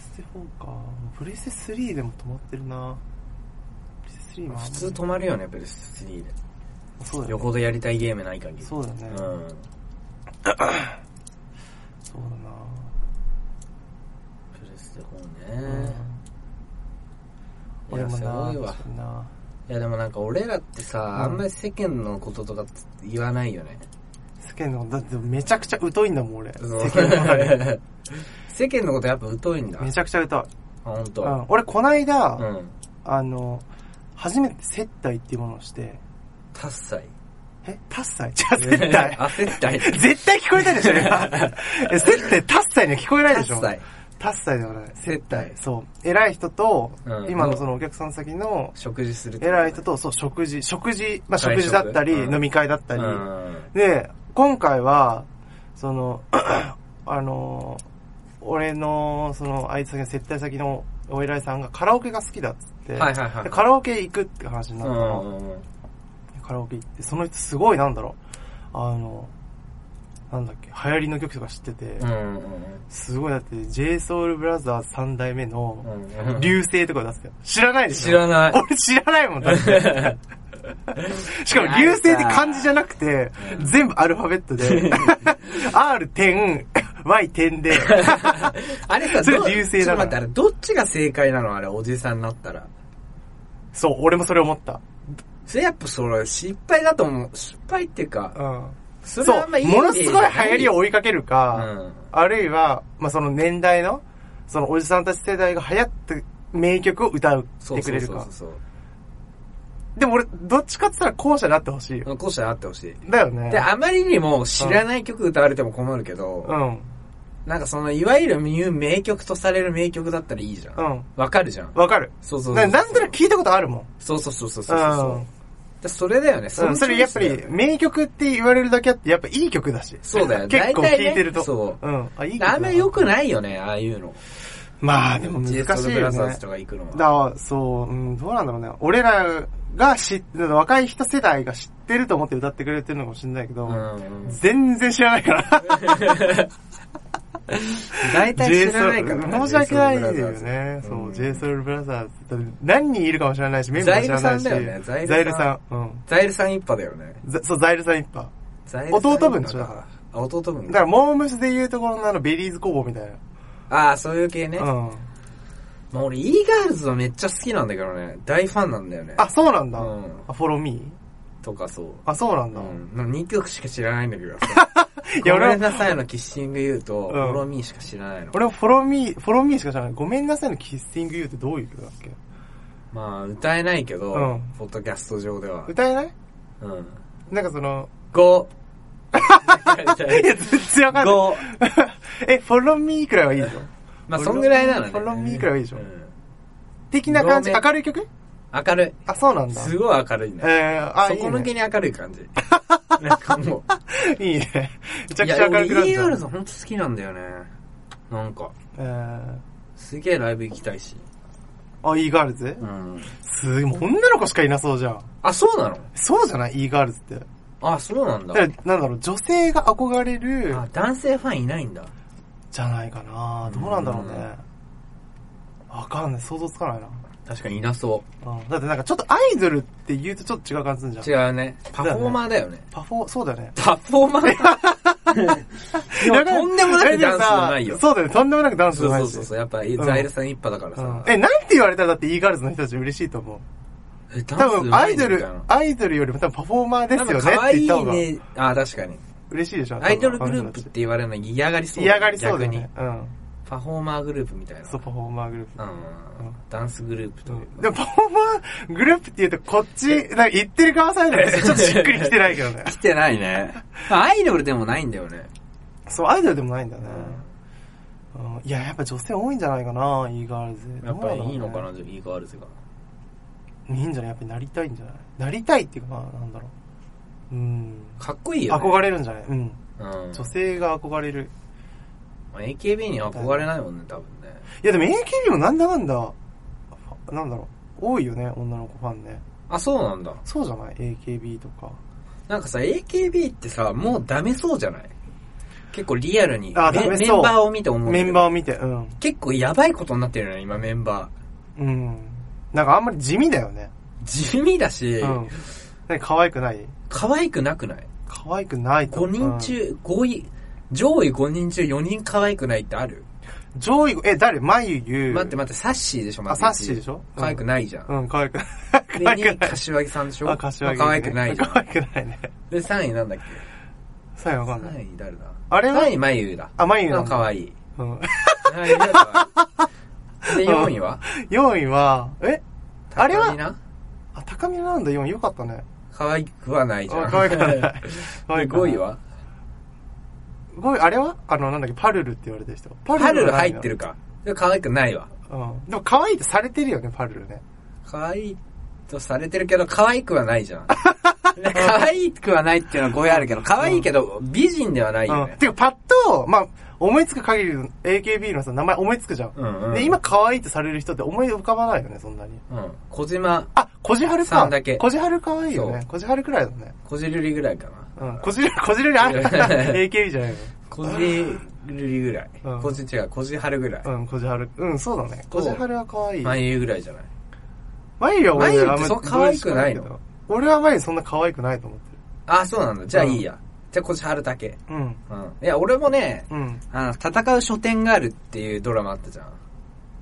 Speaker 1: ステ4か。プレステ3でも止まってるな。プレステ3もあんま
Speaker 2: 普
Speaker 1: り
Speaker 2: 通止まるよね、プレステ3で。
Speaker 1: そうだ
Speaker 2: よ
Speaker 1: よね。
Speaker 2: ほどやりたいゲームない限り。
Speaker 1: そうだよね。
Speaker 2: うん。
Speaker 1: そうだな。
Speaker 2: プレステ
Speaker 1: う
Speaker 2: 4ね。い
Speaker 1: 俺
Speaker 2: や、
Speaker 1: も
Speaker 2: す
Speaker 1: な
Speaker 2: ごい、わ
Speaker 1: 確。かにない
Speaker 2: や、でもなんか俺らってさ、
Speaker 1: ん
Speaker 2: あんまり世間のこととか言わないよね。
Speaker 1: 世間の、だってめちゃくちゃ疎いんだもん、俺。世
Speaker 2: そう
Speaker 1: 間の中 で。
Speaker 2: 世間のことやっぱ疎いんだ。
Speaker 1: め
Speaker 2: あ、
Speaker 1: ちゃくちゃ疎い。
Speaker 2: ほんと。
Speaker 1: うん、俺、こないだ、
Speaker 2: うん。
Speaker 1: あの、初めて接待っていうものをして、
Speaker 2: 達才。
Speaker 1: え達 才じゃあ接待
Speaker 2: あ、接待。
Speaker 1: 絶対聞こえたでしょ、今。え接待、達才には聞こえないでしょ
Speaker 2: 達才。
Speaker 1: 達才ではない。
Speaker 2: 接待。
Speaker 1: そう。偉い人と、
Speaker 2: うん
Speaker 1: 今のそのお客さん先の、
Speaker 2: 食事するってことね。
Speaker 1: 偉い人と、そう、食事、食事、まあ、
Speaker 2: 外
Speaker 1: 食
Speaker 2: 食
Speaker 1: 事だったり、
Speaker 2: うん
Speaker 1: 飲み会だった
Speaker 2: う
Speaker 1: り、
Speaker 2: ん。
Speaker 1: で、今回は、その、 あの、俺の、その、あいつ先、接待先のお偉いさんがカラオケが好きだっつって、
Speaker 2: はいはいはい
Speaker 1: でカラオケ行くって話にな
Speaker 2: う
Speaker 1: った
Speaker 2: ん
Speaker 1: の、
Speaker 2: うんうん。
Speaker 1: カラオケ行って、その人すごいなんだろう、あの、なんだっけ、流行りの曲とか知ってて、
Speaker 2: うんうん
Speaker 1: すごいだって、JSOULBROTHERS 三代目
Speaker 2: う
Speaker 1: の、
Speaker 2: んうん。
Speaker 1: 流星とか出すよ。知らないでしょ
Speaker 2: 知らない。
Speaker 1: 俺知らないもん、だ って。しかも、流星って漢字じゃなくて、全部アルファベットで、R 点、Y 点 で、
Speaker 2: あれさ、
Speaker 1: それ
Speaker 2: ど
Speaker 1: 流星だ
Speaker 2: ち
Speaker 1: か
Speaker 2: ょっと
Speaker 1: ら
Speaker 2: 待って、あれ、どっちが正解なのあれ、おじさんになったら。
Speaker 1: そう、俺もそれ思った。
Speaker 2: それやっぱそれ、失敗だと思う。失敗っていうか、
Speaker 1: うん。
Speaker 2: それ
Speaker 1: そ
Speaker 2: はあ
Speaker 1: う、
Speaker 2: んまいい
Speaker 1: ものすごい流行り
Speaker 2: を。
Speaker 1: を追いかける
Speaker 2: う
Speaker 1: か、
Speaker 2: ん。
Speaker 1: あるいは、まあ、その年代の、そのおじさんたち世代が流行って名曲を歌う
Speaker 2: そ
Speaker 1: って
Speaker 2: うそ
Speaker 1: くれ
Speaker 2: うそ
Speaker 1: る
Speaker 2: う
Speaker 1: か。
Speaker 2: そう
Speaker 1: でも俺、どっちかって言ったら後者になってほしいよ。
Speaker 2: そう。こうしたらあってほしい。
Speaker 1: だよね
Speaker 2: で、。あまりにも知らない曲歌われても困るけど、
Speaker 1: うん。
Speaker 2: なんかその、いわゆる言う名曲とされる名曲だったらいいじゃん。
Speaker 1: うん。
Speaker 2: わかるじゃん。
Speaker 1: わかる。
Speaker 2: そうそうそ
Speaker 1: な
Speaker 2: う
Speaker 1: なんとなく聞いたことあるもん。
Speaker 2: そうそうそうそうそううそう。
Speaker 1: ん。
Speaker 2: でそれだよね。
Speaker 1: う
Speaker 2: の
Speaker 1: ん、それやっぱ
Speaker 2: チョイスだ
Speaker 1: り
Speaker 2: よね
Speaker 1: 名曲って言われるだけあって、やっぱいい曲だし。
Speaker 2: そうだよ
Speaker 1: 結構
Speaker 2: 大体ね
Speaker 1: 聴いてると。。
Speaker 2: そう
Speaker 1: うん。あ、いい曲だな
Speaker 2: あんまり良くないよね、ああいうの。
Speaker 1: まあでも難しい
Speaker 2: JS ブ
Speaker 1: よ
Speaker 2: ラザー
Speaker 1: ね
Speaker 2: ズ。とか行くのは。
Speaker 1: だからそう、うん、どうなんだろうね。俺らが知って、若い人世代が知ってると思って歌ってくれてるのかもしれないけど、
Speaker 2: うんうん。
Speaker 1: 全然知らないから。
Speaker 2: 大体知らないからね。
Speaker 1: JS 申し訳ないよ
Speaker 2: JS ブラザ
Speaker 1: ね
Speaker 2: ー。ズ
Speaker 1: そう、
Speaker 2: ん
Speaker 1: JSOULBROTHERS って何人いるかもしれないし、メンバーも知らないし。
Speaker 2: ザイルさんだよねザイルさん
Speaker 1: ザイルさん。うん。
Speaker 2: ザイルさん一派だよね。
Speaker 1: ザそう、ザイルさん一派。
Speaker 2: ザイルさん一派
Speaker 1: 弟分でしょだから。
Speaker 2: あ、弟分
Speaker 1: だから、モームスで言うところのあの、ベリーズ工房みたい
Speaker 2: ああ、そういう系ね。
Speaker 1: な。うん。
Speaker 2: まあ俺、イーガールズはめっちゃ好きなんだけどね。大ファンなんだよね。
Speaker 1: あ、そうなんだ。
Speaker 2: うん
Speaker 1: あ、フォローミー
Speaker 2: とかそう。
Speaker 1: あ、そうなん
Speaker 2: う
Speaker 1: だ。
Speaker 2: ん。2曲しか知らないんだけど。
Speaker 1: いや、
Speaker 2: ご
Speaker 1: 俺
Speaker 2: め
Speaker 1: は
Speaker 2: ん、なさいのキッシング言うと、フォローミーしか知らないの。
Speaker 1: 俺はフォローミー、フォローミーしか知らない。ごめんなさいのキッシングユーってどういう曲だっけ
Speaker 2: まあ、歌えないけど、
Speaker 1: うん
Speaker 2: ポッドキャスト上では。
Speaker 1: 歌えない
Speaker 2: うん。
Speaker 1: なんかその、
Speaker 2: 5!
Speaker 1: いや、全然わかんない。
Speaker 2: 5!
Speaker 1: え、フォローミーくらいはいいでしょ
Speaker 2: まあ、そんぐらいなのね。
Speaker 1: フォローミーくらいはいいでしょ
Speaker 2: うん
Speaker 1: 的な感じ、
Speaker 2: ごめん
Speaker 1: 明るい曲
Speaker 2: 明る
Speaker 1: あ、そうなん
Speaker 2: い。
Speaker 1: だ。
Speaker 2: すごい明るいね。
Speaker 1: えー、あ、いい
Speaker 2: 底抜け
Speaker 1: ね。
Speaker 2: に明る い感じ。なんかもう。
Speaker 1: いいね。めちゃ
Speaker 2: い
Speaker 1: くち
Speaker 2: や
Speaker 1: ゃ明るくなっ
Speaker 2: 俺
Speaker 1: ちゃ
Speaker 2: ER
Speaker 1: う。
Speaker 2: さんほんと好きなんだよね。なんか、
Speaker 1: えー、
Speaker 2: すげえライブ行きたいし。
Speaker 1: あ、イーガールズ
Speaker 2: うん。
Speaker 1: すごい、もう女の子しかいなそうじゃん。
Speaker 2: あ、そうなの
Speaker 1: そうじゃないイーガールズって。だ
Speaker 2: あ、そうなんだ。
Speaker 1: から、なんだろう、女性が憧れる、
Speaker 2: あ、男性ファンいないんだ。
Speaker 1: じゃないかなどうなんだろうね
Speaker 2: うん。
Speaker 1: わかんない。想像つかないな。
Speaker 2: 確かにいなそ
Speaker 1: うんだってなんかちょっとアイドルって言うとちょっと違う感じするじゃん
Speaker 2: う。。違うね。パフォーマーだよね。
Speaker 1: パフォー、そうだよね。
Speaker 2: パフォーマーいやとんでもなくダンスもないよ。
Speaker 1: そうだよね、とんでもなくダンス
Speaker 2: そ
Speaker 1: も
Speaker 2: う
Speaker 1: な
Speaker 2: そ
Speaker 1: いうし。
Speaker 2: そうそう。やっぱ、
Speaker 1: ん
Speaker 2: ザイルさん一派だから
Speaker 1: うん
Speaker 2: さ。
Speaker 1: え、なんて言われたらだって e ガールズの人たち嬉しいと思う。
Speaker 2: え、ダ
Speaker 1: 多
Speaker 2: ンス上手い
Speaker 1: 分
Speaker 2: ね
Speaker 1: アイド
Speaker 2: み
Speaker 1: ル
Speaker 2: たいな、
Speaker 1: アイドルよりも多分パフォーマーですよ
Speaker 2: なん
Speaker 1: ね
Speaker 2: か可
Speaker 1: って言
Speaker 2: 愛
Speaker 1: っ
Speaker 2: い
Speaker 1: た方が
Speaker 2: ね。あ、確かに。
Speaker 1: 嬉しいでしょ。
Speaker 2: アイドルグループ
Speaker 1: 多
Speaker 2: っ
Speaker 1: 分
Speaker 2: て言われるの嫌がりそうだね。
Speaker 1: 嫌がりそうだよね。うん。
Speaker 2: 逆にパフォーマーグループみたいな。
Speaker 1: そう、パフォーマーグループ。
Speaker 2: うん。ダンスグループというか。
Speaker 1: でも、パフォーマーグループって言うと、こっち、なんか言ってる側サイドでちょっとしっくりきてないけどね。
Speaker 2: 来てないね。まあアイドルでもないんだよね。
Speaker 1: そう、アイドルでもないんだよ
Speaker 2: う
Speaker 1: ね。
Speaker 2: ん
Speaker 1: うんいや、やっぱ女性多いんじゃないかな、e ガールズ。
Speaker 2: やっぱりいいのか
Speaker 1: どう
Speaker 2: な、じゃあいいガールズ
Speaker 1: ん
Speaker 2: が。
Speaker 1: だろうねいいんじゃないやっぱりなりたいんじゃないなりたいっていうか、まあ、なんだろう。うん。
Speaker 2: かっこいいよね。
Speaker 1: 憧れるんじゃないうん。
Speaker 2: うん。
Speaker 1: 女性が憧れる。
Speaker 2: まあ AKB には憧れないもんね、多分ね。
Speaker 1: いや、でも AKB もなんだかんだ、ファなんだろう。多いよね、女の子ファンね。
Speaker 2: あ、そうなんだ。
Speaker 1: そうじゃない ?AKB とか。
Speaker 2: なんかさ、AKB ってさ、もうダメそうじゃない結構リアルに。
Speaker 1: あダ
Speaker 2: メ
Speaker 1: メ
Speaker 2: メ
Speaker 1: そう
Speaker 2: ンバーを見て思うんだ
Speaker 1: メ
Speaker 2: けど。
Speaker 1: ンバーを見て、うん。
Speaker 2: 結構やばいことになってるよね、今メンバ
Speaker 1: うん。なんかあんまり地味だよね。
Speaker 2: ー。地味だし、
Speaker 1: うん。なんか可愛くない
Speaker 2: 可愛くなくない
Speaker 1: 可愛くないと
Speaker 2: ?5 人中、5位、上位5人中4人可愛くないってある
Speaker 1: うん上位、え、誰まゆゆ。
Speaker 2: 待って待って、サッシーでしょ、ま
Speaker 1: あ、
Speaker 2: ず
Speaker 1: サッシーでしょ
Speaker 2: 可愛く
Speaker 1: ない。
Speaker 2: ないじゃん。
Speaker 1: うん、可愛くない。
Speaker 2: で、
Speaker 1: 可愛
Speaker 2: 2位、
Speaker 1: くない。
Speaker 2: 柏木さんでしょ
Speaker 1: あ、柏木、ね。
Speaker 2: まあ可愛くないじゃん。
Speaker 1: 可愛くないね。
Speaker 2: で、3位なんだっけ
Speaker 1: さえわかんない。
Speaker 2: ?3 位誰だ
Speaker 1: あれは
Speaker 2: ?3 位、まゆゆだ。
Speaker 1: あ、まゆゆな
Speaker 2: あ
Speaker 1: ん
Speaker 2: 可
Speaker 1: だ。
Speaker 2: 愛い。
Speaker 1: うん。
Speaker 2: はいじゃあ可愛いで、4位は
Speaker 1: 4位は、えあれは
Speaker 2: 高見な
Speaker 1: あ、高見なんだ、4位。よかったね。
Speaker 2: 可愛くはないじゃん。
Speaker 1: あ可愛くない 可愛くない
Speaker 2: 5位は
Speaker 1: ?5 位、あれはあの、なんだっけ、パルルって言われてる人。パ
Speaker 2: パルル
Speaker 1: はな
Speaker 2: 入
Speaker 1: い
Speaker 2: っ
Speaker 1: な
Speaker 2: てる。か。でも可愛くないわ。
Speaker 1: うん。でも可愛いってされてるよね、パルルね。
Speaker 2: 可愛いとされてるけど、可愛くはないじゃん。可愛くはないっていうのは語弊あるけど、可愛いけど、美人ではないよ
Speaker 1: うん。
Speaker 2: ね。
Speaker 1: てか、パッと、まあ、思いつく限りの AKB のさ、名前思いつくじゃん。
Speaker 2: うんうん
Speaker 1: で、今可愛いってされる人って思い浮かばないよね、そんなに。
Speaker 2: うん。小島、
Speaker 1: あ、小じはる
Speaker 2: さ
Speaker 1: か。
Speaker 2: んだけ
Speaker 1: 小じはる可愛いよね
Speaker 2: そ。
Speaker 1: 小じはるくらいだね。
Speaker 2: 小じるりぐらいかな。
Speaker 1: うん。こじる、こじるり、 あ AKB じゃない
Speaker 2: 小じるりぐらい。
Speaker 1: うん
Speaker 2: 小じ違う、小じはるぐらい。
Speaker 1: の。うん、こじはる。うん、そうだね。
Speaker 2: そ
Speaker 1: こ
Speaker 2: う
Speaker 1: じはるは可愛い。
Speaker 2: 眉ゆぐらいじゃない。
Speaker 1: 眉は俺
Speaker 2: 眉って
Speaker 1: あんま
Speaker 2: そんな可愛くない
Speaker 1: どうしよう
Speaker 2: の
Speaker 1: もけど俺は眉そんな可愛くないと思って
Speaker 2: あ、そうなんだ。じゃあいいや。じゃあ小じはるだけ。
Speaker 1: る。うん。
Speaker 2: うん。いや、俺もね、
Speaker 1: うん。
Speaker 2: あの、戦う書店があるっていうドラマあったじゃん。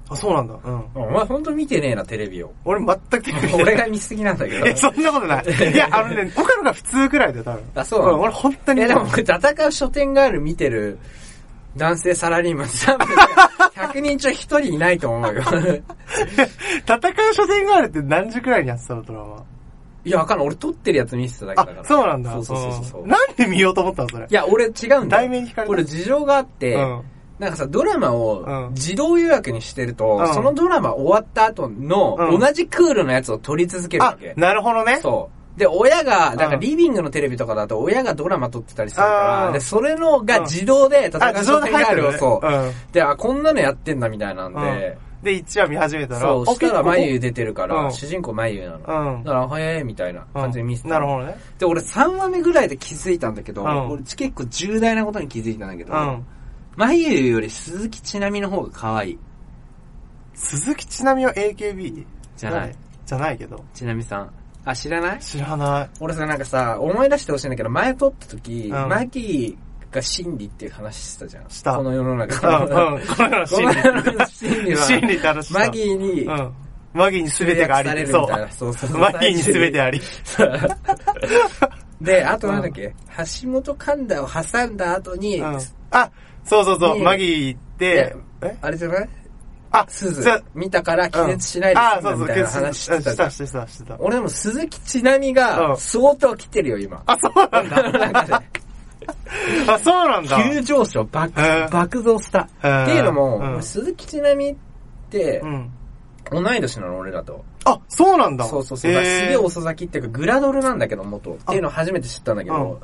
Speaker 1: あ、そうなんだ。うん。
Speaker 2: お前ほんと見てねえな、テレビを。
Speaker 1: 俺全くテレビ見てない
Speaker 2: 俺が見すぎなんだけ ど。
Speaker 1: え、そんなこと ない。いや、あのね、岡野が普通くらいだよ、多分。
Speaker 2: あそうなの
Speaker 1: ん俺本当に。
Speaker 2: え、でも、戦う書店がある見てる男性サラリーマン、多分100人中1人いないと思うよ。
Speaker 1: 戦う所詮があるって何時くらいにやってたの、ドラマ。
Speaker 2: いや、わかんない。俺撮ってるやつ見せただけだから。
Speaker 1: あ、そうなんだ。
Speaker 2: そうそうそうそう。
Speaker 1: んなんで見ようと思ったの、それ
Speaker 2: い。や、俺違うんだ
Speaker 1: 題
Speaker 2: よ。
Speaker 1: 名に惹かれた
Speaker 2: 俺事情があって、
Speaker 1: うん。
Speaker 2: なんかさ、ドラマを
Speaker 1: うん
Speaker 2: 自動予約にしてると、
Speaker 1: うん
Speaker 2: そのドラマ終わった後の、
Speaker 1: うん
Speaker 2: 同じクールのやつを撮り続けるわ
Speaker 1: あ
Speaker 2: け、。
Speaker 1: なるほどね。
Speaker 2: そう。で、親が、なんか
Speaker 1: うん
Speaker 2: リビングのテレビとかだと親がドラマ撮ってたりするか
Speaker 1: あ
Speaker 2: ら、
Speaker 1: ー
Speaker 2: で、それのが自動で、戦
Speaker 1: あ、
Speaker 2: う
Speaker 1: 自動
Speaker 2: 書
Speaker 1: で
Speaker 2: 店があ
Speaker 1: 入って
Speaker 2: る
Speaker 1: る、
Speaker 2: を
Speaker 1: ね。
Speaker 2: そう。
Speaker 1: ん。
Speaker 2: で、あ、こんなのやってんだみたいなんで、
Speaker 1: うんで、1話見始めたら、
Speaker 2: そう、
Speaker 1: お
Speaker 2: したら眉
Speaker 1: 結
Speaker 2: 出てるから、
Speaker 1: うん
Speaker 2: 主人公眉なの。だ
Speaker 1: 構うん。
Speaker 2: から、早いみたいな感じで見せて
Speaker 1: う
Speaker 2: た
Speaker 1: んなるほどね。
Speaker 2: で、俺3話目ぐらいで気づいたんだけど、
Speaker 1: うん
Speaker 2: 俺結構重大なことに気づいたんだけど、
Speaker 1: うん。
Speaker 2: 眉より鈴木ちなみの方が可愛い。
Speaker 1: 鈴木ちなみは AKB?
Speaker 2: じゃない
Speaker 1: 誰。じゃないけど。
Speaker 2: ちなみさん。あ、知らない
Speaker 1: 知らない。
Speaker 2: 俺さ、なんかさ、思い出してほしいんだけど、前撮った時、
Speaker 1: うん
Speaker 2: マキが真理っていう話してたじゃん。
Speaker 1: した
Speaker 2: この世の
Speaker 1: うん、うん
Speaker 2: 中。。
Speaker 1: こ
Speaker 2: の。
Speaker 1: の世の
Speaker 2: こ
Speaker 1: 心
Speaker 2: の
Speaker 1: 理。
Speaker 2: 世の真
Speaker 1: 心
Speaker 2: 理は、
Speaker 1: 理って話した。
Speaker 2: マギーに、
Speaker 1: うん。マギーに全てがあり。
Speaker 2: そ。
Speaker 1: そう
Speaker 2: そうそう
Speaker 1: う。
Speaker 2: そう
Speaker 1: マギーに全てあり。
Speaker 2: で、あとなんだっけ、橋本環奈を挟んだ後に、
Speaker 1: うんあ、そうそうそう、
Speaker 2: ね
Speaker 1: マギー行って、え
Speaker 2: あれじゃない
Speaker 1: あ、
Speaker 2: 鈴
Speaker 1: じゃあ、
Speaker 2: 見たから気絶しないで
Speaker 1: あ、
Speaker 2: 済んだみたいな話し
Speaker 1: そうそう、
Speaker 2: て
Speaker 1: したし
Speaker 2: じゃ
Speaker 1: た、
Speaker 2: ん
Speaker 1: してた、してた。
Speaker 2: 俺でも鈴木ちなみが
Speaker 1: うん
Speaker 2: 相当来てるよ、今。あ、そう なんだ。
Speaker 1: あ、そうなんだ。
Speaker 2: 急上昇、爆
Speaker 1: へー、
Speaker 2: 爆増した。っていうのも、
Speaker 1: うん
Speaker 2: 鈴木ちなみって
Speaker 1: う、ん。
Speaker 2: 同い年なの、俺だと。
Speaker 1: あ、そうなんだ。
Speaker 2: そうそうそう。
Speaker 1: へ
Speaker 2: だ
Speaker 1: ー
Speaker 2: からすげえ遅咲きっていうか、グラドルなんだけど、元。っていうのを初めて知ったんだけ
Speaker 1: うん
Speaker 2: ど、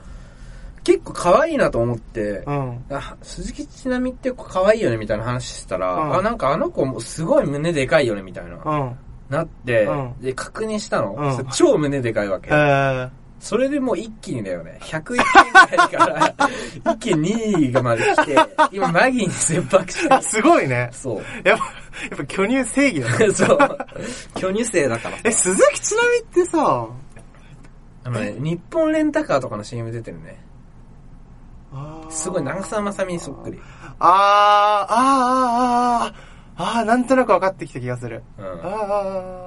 Speaker 2: 結構可愛いなと思って、
Speaker 1: うん。
Speaker 2: あ鈴木ちなみって子可愛いよねみたいな話してたら、
Speaker 1: うん
Speaker 2: あ、なんかあの子もすごい胸でかいよねみたいな、
Speaker 1: うん。
Speaker 2: なって、
Speaker 1: うん
Speaker 2: で、確認したの、
Speaker 1: うん
Speaker 2: そしたら超胸でかいわけ
Speaker 1: え。ー。
Speaker 2: それでもう一気にだよね。101件ぐらいから、一気に2位がまで来て、今マギーに切迫して
Speaker 1: あ、
Speaker 2: る。
Speaker 1: すごいね。
Speaker 2: そう。
Speaker 1: やっぱ、やっぱ巨乳正義だね。
Speaker 2: そう。 巨乳生だからさ
Speaker 1: え、鈴木ちなみってさ、
Speaker 2: あのね、日本レンタカーとかの CM 出てるね。
Speaker 1: あー
Speaker 2: すごい長澤まさみにそっくり。
Speaker 1: あー、あー、あー、あー、あー、なんとなく分かってきた気がする。
Speaker 2: う
Speaker 1: あー、
Speaker 2: ん。
Speaker 1: あ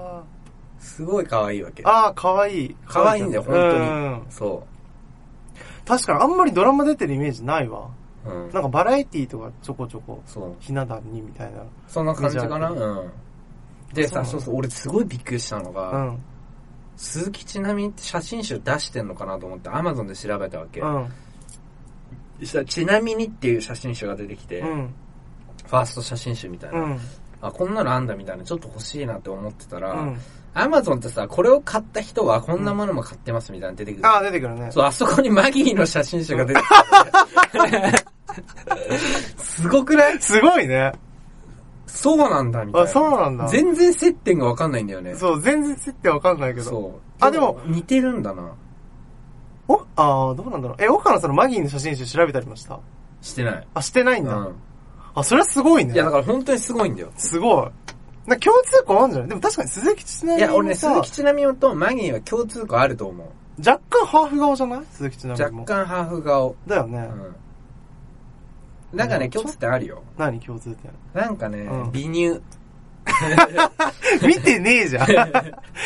Speaker 2: すごい可愛いわけ
Speaker 1: ー、。あー、かわいい。
Speaker 2: 可愛いんだよ、本
Speaker 1: うん
Speaker 2: 当に。そ
Speaker 1: 確かにあんまりドラマ出てるイメージないわ。
Speaker 2: う。うん。
Speaker 1: なんかバラエティーとかちょこちょこ、
Speaker 2: そう。
Speaker 1: ひな壇にみたいな。
Speaker 2: そんな感じかな
Speaker 1: メ
Speaker 2: うん。でさ、
Speaker 1: そな
Speaker 2: そう
Speaker 1: の
Speaker 2: うそう、俺すごいびっくりしたの
Speaker 1: う
Speaker 2: が、
Speaker 1: ん。
Speaker 2: 鈴木ちなみって写真集出してんのかなと思って、アマゾンで調べたわけ
Speaker 1: う。ん。
Speaker 2: そしたらちなみにっていう写真集が出てきて、
Speaker 1: う
Speaker 2: フ
Speaker 1: ん。
Speaker 2: ァースト写真集みたいうな。
Speaker 1: ん。
Speaker 2: あ、こんなのあんだみたいな、ちょっと欲しいなって思ってた
Speaker 1: う
Speaker 2: ら
Speaker 1: ん、
Speaker 2: アマゾンってさ、これを買った人はこんなものも買ってますみたいなの出てくる。
Speaker 1: あー、出てくるね。
Speaker 2: そう、あそこにマギーの写真集が出 てくる。すごくない
Speaker 1: すごいね。
Speaker 2: そうなんだ、みたいな。
Speaker 1: あそうなんだ
Speaker 2: 全然接点がわかんないんだよね。
Speaker 1: そう、全然設定わかんないけど。
Speaker 2: そう。
Speaker 1: あでも、
Speaker 2: 似てるんだな。
Speaker 1: おあー、どうなんだろう。え、岡野さんのマギーの写真集調べたりました
Speaker 2: してない。
Speaker 1: あ、してないん
Speaker 2: う
Speaker 1: だ。
Speaker 2: ん。
Speaker 1: あ、それはすごいね。
Speaker 2: いや、だから本当にすごいんだよ。
Speaker 1: すごい。な共通項あるんじゃないでも確かに鈴木ちないみ
Speaker 2: や、俺ね、
Speaker 1: も
Speaker 2: 鈴
Speaker 1: さ、
Speaker 2: 木ちなみとマギーは共通項あると思う。
Speaker 1: 若干ハーフ顔じゃない鈴木ちな
Speaker 2: 若
Speaker 1: みも。
Speaker 2: 干ハーフ顔。
Speaker 1: だよ
Speaker 2: う
Speaker 1: ね。
Speaker 2: ん。なんか
Speaker 1: う
Speaker 2: ね、
Speaker 1: んちょ
Speaker 2: 共通点あるよ。
Speaker 1: 何共通点。
Speaker 2: なんかね
Speaker 1: うん、
Speaker 2: 微乳。
Speaker 1: 見てねえじ ゃん。い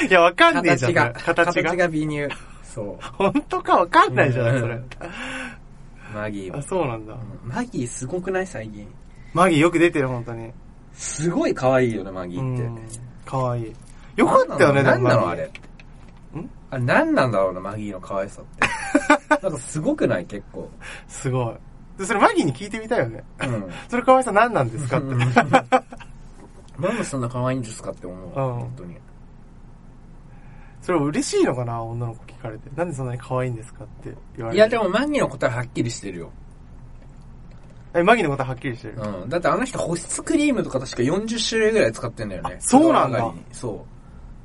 Speaker 1: や、わかんねえじゃん。
Speaker 2: 形が。
Speaker 1: 形が。
Speaker 2: 微乳。そう。
Speaker 1: 本当かわかんないじゃない、それ。
Speaker 2: マギー
Speaker 1: あ、
Speaker 2: は。
Speaker 1: そうなんだ。
Speaker 2: うんマギーすごくない最近。
Speaker 1: マギーよく出てる、本当に。
Speaker 2: すごい可愛いよね、マギ
Speaker 1: う
Speaker 2: ーっ
Speaker 1: ん。
Speaker 2: て。
Speaker 1: かわいい。よかったよね、
Speaker 2: なんな
Speaker 1: でも
Speaker 2: の
Speaker 1: マ
Speaker 2: あ
Speaker 1: ギー
Speaker 2: れ。んあれ、なんなんだろうな、マギーの可愛さ って。なんかすごくない結構。
Speaker 1: すごい。で、それマギーに聞いてみたいよね。
Speaker 2: うん。
Speaker 1: それかわいさ何なんですかって。
Speaker 2: なんでそんな可愛いんですかって思う。本当に。
Speaker 1: それ嬉しいのかな女の子聞かれて。なんでそんなに可愛いんですかって言われ
Speaker 2: い
Speaker 1: て。
Speaker 2: や、でもマギーの答えはっきりしてるよ。
Speaker 1: え、マギーのことははっきりしてる。
Speaker 2: うん。だってあの人保湿クリームとか確か40種類ぐらい使ってんだよね。
Speaker 1: そうなんだ
Speaker 2: 風呂上がりにそ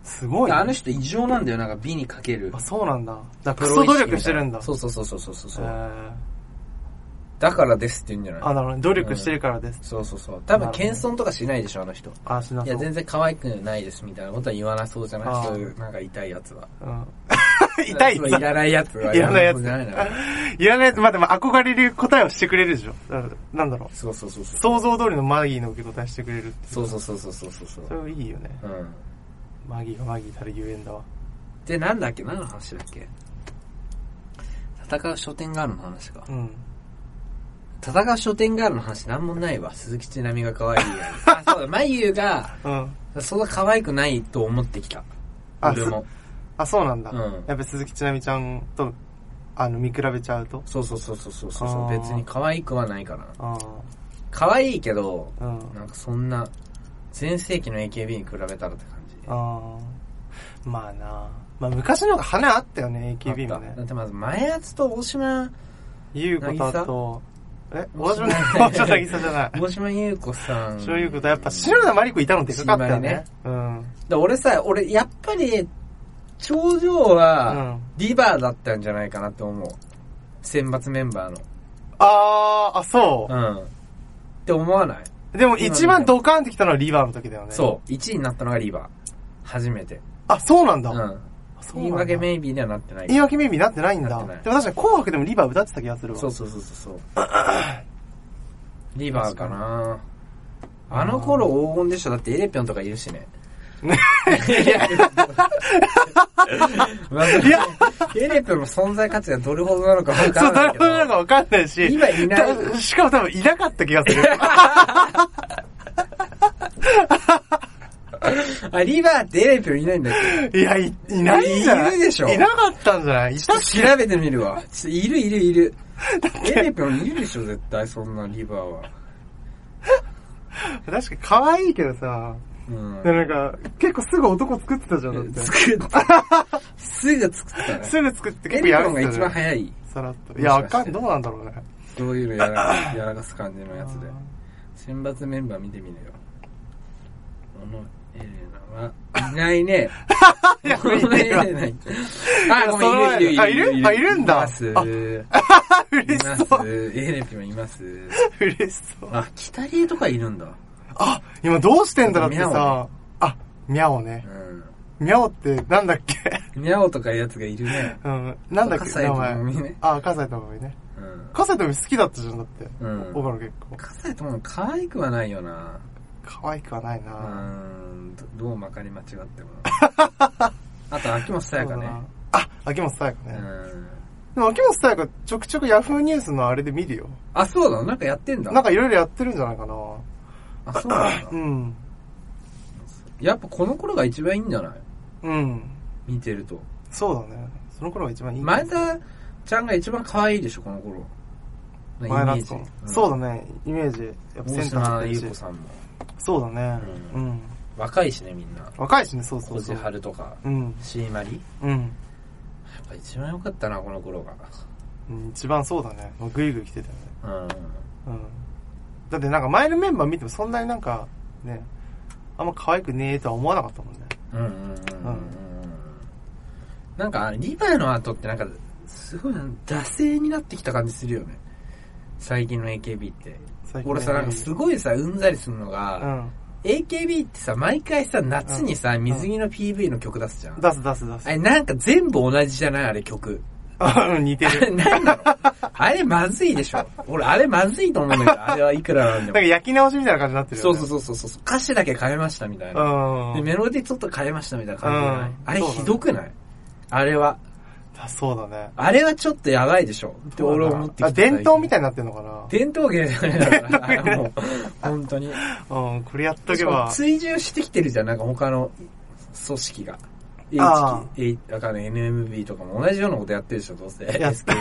Speaker 1: す
Speaker 2: う。
Speaker 1: ごいね、
Speaker 2: あの人異常なんだよ、なんか美にかける
Speaker 1: あ、。そうなんだ。だからクソ努力してるんだ。
Speaker 2: そうそうそうそうそうそう、
Speaker 1: えー
Speaker 2: だからですって言うんじゃな
Speaker 1: あ、
Speaker 2: い
Speaker 1: なるほど。努力してるからです。
Speaker 2: そうそうそう。多分謙遜とかしないでしょ、あの人。
Speaker 1: あ、しないそ
Speaker 2: や、
Speaker 1: う。
Speaker 2: 全然可愛くないですみたいなことは言わなそうじゃ
Speaker 1: あ
Speaker 2: な
Speaker 1: ー
Speaker 2: いそういう、なんか痛いやつは。
Speaker 1: うん、 痛い
Speaker 2: いらないやつは。
Speaker 1: いらないやつ
Speaker 2: じゃないな。
Speaker 1: いらない、まあ、でも憧れる答えをしてくれるでしょ。だからなんだろう。
Speaker 2: そうそうそうそう。
Speaker 1: 想像通りのマギーの受け答えしてくれるって。
Speaker 2: そうそうそうそうそうそうそ。
Speaker 1: そうれいいよね。
Speaker 2: うん。
Speaker 1: マギーがマギーたるゆえんだわ。
Speaker 2: で、なんだっけ何の話だっけ戦う書店ガールの話か
Speaker 1: う。ん。
Speaker 2: 戦う書店ガールの話なんもないわ。鈴木ちなみが可愛いよ。 あ、そうだ、眉が、
Speaker 1: うん。
Speaker 2: そんな可愛くないと思ってきた。
Speaker 1: あ
Speaker 2: 俺も。
Speaker 1: あ、そうなんだ。
Speaker 2: うん
Speaker 1: やっぱ鈴木ちなみちゃんと、あの、見比べちゃうと。
Speaker 2: そうそうそうそうそう
Speaker 1: あ
Speaker 2: そう。
Speaker 1: ー
Speaker 2: 別に可愛くはないかな。
Speaker 1: あ
Speaker 2: 可愛いけど、
Speaker 1: あ、うん。
Speaker 2: なんかそんな、全盛期の AKB に比べたらって感じ。
Speaker 1: ああ。まあなまあ昔の方が花あったよね、AKB も
Speaker 2: だっ
Speaker 1: ね。
Speaker 2: てまず、前やつと大島、
Speaker 1: ゆうことと、え、大
Speaker 2: 大
Speaker 1: 島
Speaker 2: 島
Speaker 1: 大島渚じゃない。
Speaker 2: 大島優子さん。
Speaker 1: そういうこと、やっぱ篠田麻里子いたのでかかったよ
Speaker 2: 篠田麻
Speaker 1: ね
Speaker 2: 里。
Speaker 1: うん。
Speaker 2: だ俺さ、俺、やっぱり、頂上は、リバーだったんじゃないかなと思う。選抜メンバー
Speaker 1: あー、あ、そ
Speaker 2: の。うん。って思わない、
Speaker 1: う。でも一番ドカーンってきたのはリバーの時だよね。う。
Speaker 2: そう。1位になったのがリバー。初めて。
Speaker 1: あ、そうなん
Speaker 2: う
Speaker 1: だ。
Speaker 2: ん。
Speaker 1: そう
Speaker 2: 言
Speaker 1: ないんだ
Speaker 2: 訳メイビーにはなってない。
Speaker 1: 言い訳メイビーなってないんだ。
Speaker 2: なっ
Speaker 1: で
Speaker 2: て
Speaker 1: も
Speaker 2: な
Speaker 1: 確
Speaker 2: い
Speaker 1: かに紅白でもリバー歌ってた気がするわ。
Speaker 2: そうそうそう そうそう。リバーかなあの頃黄金でしょだってエレピョンとかいるしね。 いや、ゲレットの存在価値がどれほどなのか分か
Speaker 1: そう、
Speaker 2: ら
Speaker 1: 誰
Speaker 2: ないけ
Speaker 1: も
Speaker 2: ど。
Speaker 1: なんかわかんないし。
Speaker 2: 今いない
Speaker 1: たしかも多分いなかった気がする。
Speaker 2: あ、リバーってエレペンいないんだっ
Speaker 1: いや、い、いないんじゃない
Speaker 2: いるでしょ
Speaker 1: いなかったんじゃないいたっ
Speaker 2: け調べてみるわ。ちょいるいるいる。エレペンいるでしょ、絶対、そんなリバーは。
Speaker 1: け確かに可愛いけどさ。
Speaker 2: うん。
Speaker 1: で、なんか、結構すぐ男作ってたじゃん、だって。
Speaker 2: 作った。すぐ作ったね。
Speaker 1: すぐ作って結
Speaker 2: エレ
Speaker 1: 構
Speaker 2: ペ
Speaker 1: や
Speaker 2: ン
Speaker 1: る
Speaker 2: が一番
Speaker 1: い。
Speaker 2: 早い。
Speaker 1: さらっと。いや、わ
Speaker 2: もし
Speaker 1: か
Speaker 2: かして
Speaker 1: ん、どうなんだろうね。
Speaker 2: どういうのやらやらかす感じのやつで。選抜メンバー見てみるよ。小野エレナは、いないね。
Speaker 1: いや、見てるわ。
Speaker 2: ない。
Speaker 1: いや
Speaker 2: あ、ご
Speaker 1: その
Speaker 2: めん、
Speaker 1: 前
Speaker 2: いるいる
Speaker 1: あいるあいるんだ
Speaker 2: います。
Speaker 1: あ
Speaker 2: い
Speaker 1: 嬉し
Speaker 2: ます
Speaker 1: そう。。
Speaker 2: エレピもいます。
Speaker 1: 嬉しそう。
Speaker 2: あ、北リエとかいるんだ。
Speaker 1: あ、今どうしてんだろうって
Speaker 2: ミャ
Speaker 1: さ。あ、ミャオね
Speaker 2: う。
Speaker 1: ミャオってなんだっけ
Speaker 2: ん。ミャオとかいうやつがいるね。
Speaker 1: うん。なんだっけ
Speaker 2: 葛西
Speaker 1: 名前
Speaker 2: 朋美ね。
Speaker 1: あ、カサイともね。
Speaker 2: うん。
Speaker 1: カサイとも好きだったじゃん、だって。
Speaker 2: うん
Speaker 1: 僕ら結構。
Speaker 2: 笠井智美可愛くはないよな。
Speaker 1: 可愛くはないうな。
Speaker 2: ん。どどうまかり間違っても。 あと、秋元さやかね。
Speaker 1: あ、秋元さやか
Speaker 2: う
Speaker 1: ね。
Speaker 2: ん。
Speaker 1: でも秋元さやかちょくちょくヤフーニュースのあれで見るよ。
Speaker 2: あ、そうだ。なんかやってんだ。
Speaker 1: なんかいろいろやってるんじゃないかな。
Speaker 2: あ、そうなんだ
Speaker 1: う。ん。
Speaker 2: やっぱこの頃が一番いいんじゃない
Speaker 1: うん。
Speaker 2: 見てると。
Speaker 1: そうだね。その頃が一番いい。
Speaker 2: 前田ちゃんが一番可愛いでしょ、この頃。
Speaker 1: 前田
Speaker 2: イメージ
Speaker 1: 敦子そうだね。イメージ。やっぱ
Speaker 2: 大
Speaker 1: センターだった
Speaker 2: 島
Speaker 1: り
Speaker 2: 優
Speaker 1: し
Speaker 2: 子さんも。
Speaker 1: そうだね。
Speaker 2: う
Speaker 1: うん。
Speaker 2: 若いしね、みんな。
Speaker 1: 若いしね、そうそ
Speaker 2: 小
Speaker 1: うそ
Speaker 2: 瀬
Speaker 1: う。
Speaker 2: 春とか、
Speaker 1: うん。
Speaker 2: シーマリ。
Speaker 1: うん。
Speaker 2: やっぱ一番良かったな、この頃が。
Speaker 1: うん一番そうだね。もうグイグイ来てたよね。
Speaker 2: うん。
Speaker 1: うん。だってなんか前のメンバー見てもそんなになんか、ね、あんま可愛くねえとは思わなかったもんね。
Speaker 2: うんうんうんうんうん。なんか、リヴァイの後ってなんか、すごい、惰性になってきた感じするよね。最近の AKB って。
Speaker 1: 最近
Speaker 2: 俺さ、なんかすごいさ、うんざりするのが、
Speaker 1: う
Speaker 2: AKB ってさ、毎回さ、夏にさ、水着の PV の曲出すじゃん
Speaker 1: ん。。出す出す出
Speaker 2: あ
Speaker 1: す。
Speaker 2: れ、なんか全部同じじゃないあれ 曲。
Speaker 1: うん似て
Speaker 2: あれ、
Speaker 1: る。
Speaker 2: なんなのあれ、まずいでしょ。俺、あれ、まずいと思うんだけど、あれはいくらなん
Speaker 1: なん
Speaker 2: で
Speaker 1: か
Speaker 2: も。
Speaker 1: 焼き直しみたいな感じになってる
Speaker 2: そ
Speaker 1: よ
Speaker 2: う
Speaker 1: ね。
Speaker 2: そう
Speaker 1: う
Speaker 2: そうそうそう。歌詞だけ変えましたみたいな。
Speaker 1: う
Speaker 2: で、
Speaker 1: ん。
Speaker 2: メロディーちょっと変えましたみたいな感じじゃな
Speaker 1: う
Speaker 2: い
Speaker 1: ん
Speaker 2: あれ、ひどくないあれは。
Speaker 1: だそうだね。
Speaker 2: あれはちょっとやばいでしょ。って俺思ってきた。
Speaker 1: あ、伝統みた
Speaker 2: い
Speaker 1: いになってんのかな
Speaker 2: 伝統芸じゃないだから、あれもう、本当に。
Speaker 1: うん、これやっと
Speaker 2: し
Speaker 1: け
Speaker 2: かも
Speaker 1: ば。
Speaker 2: 追従してきてるじゃん、なんか他の組織が。
Speaker 1: あ
Speaker 2: H だから NMB とかも同じようなことやってるでしょ、ど うせ。
Speaker 1: やっ
Speaker 2: SKE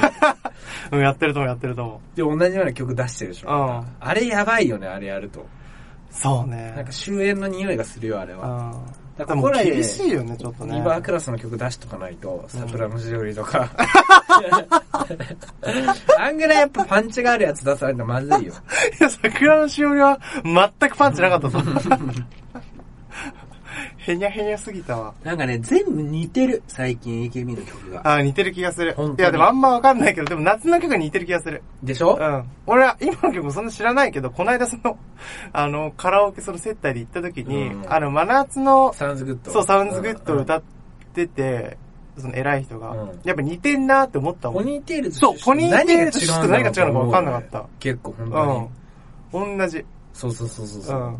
Speaker 1: うん、やってると思う、やってると思う。
Speaker 2: で、同じような曲出してるでし
Speaker 1: う
Speaker 2: ょ。
Speaker 1: ん。
Speaker 2: あれやばいよね、あれやると。
Speaker 1: そう
Speaker 2: なん
Speaker 1: ね
Speaker 2: か。終焉の匂いがするよ、あれ
Speaker 1: う
Speaker 2: は。
Speaker 1: ん。で
Speaker 2: だからここ
Speaker 1: も
Speaker 2: らで、
Speaker 1: 厳しいよね、ちょっとね。
Speaker 2: リバークラスの曲出しとかないと、サプラノジオリとか。あんぐらいやっぱパンチがあるやつ出されるとまずいよ。
Speaker 1: いや、 桜のしおりは全くパンチなかった ぞ。へにゃへにゃすぎたわ。
Speaker 2: なんかね、全部似てる、最近 AKB の曲が。
Speaker 1: あー似てる気がする
Speaker 2: 本当。に
Speaker 1: いや、でもあんまわかんないけど、でも夏の曲に似てる気がする。
Speaker 2: でしょ
Speaker 1: うん。俺は今の曲もそんな知らないけど、この間その、 あの、カラオケその接待で行った時に、
Speaker 2: うん
Speaker 1: あの、真夏の、
Speaker 2: サウンズグッド。
Speaker 1: そう、サウンズグッドを
Speaker 2: うん
Speaker 1: 歌ってて、その偉い人が、
Speaker 2: うん
Speaker 1: やっぱ似てんなって思ったも
Speaker 2: ポ
Speaker 1: ん。
Speaker 2: ニーテールと
Speaker 1: そうポニーテールとシュシュと何が違うのか分かんなかった
Speaker 2: 結構本当に。
Speaker 1: うん。同じ。
Speaker 2: そうそうそうそう
Speaker 1: う
Speaker 2: そ
Speaker 1: ん
Speaker 2: う。。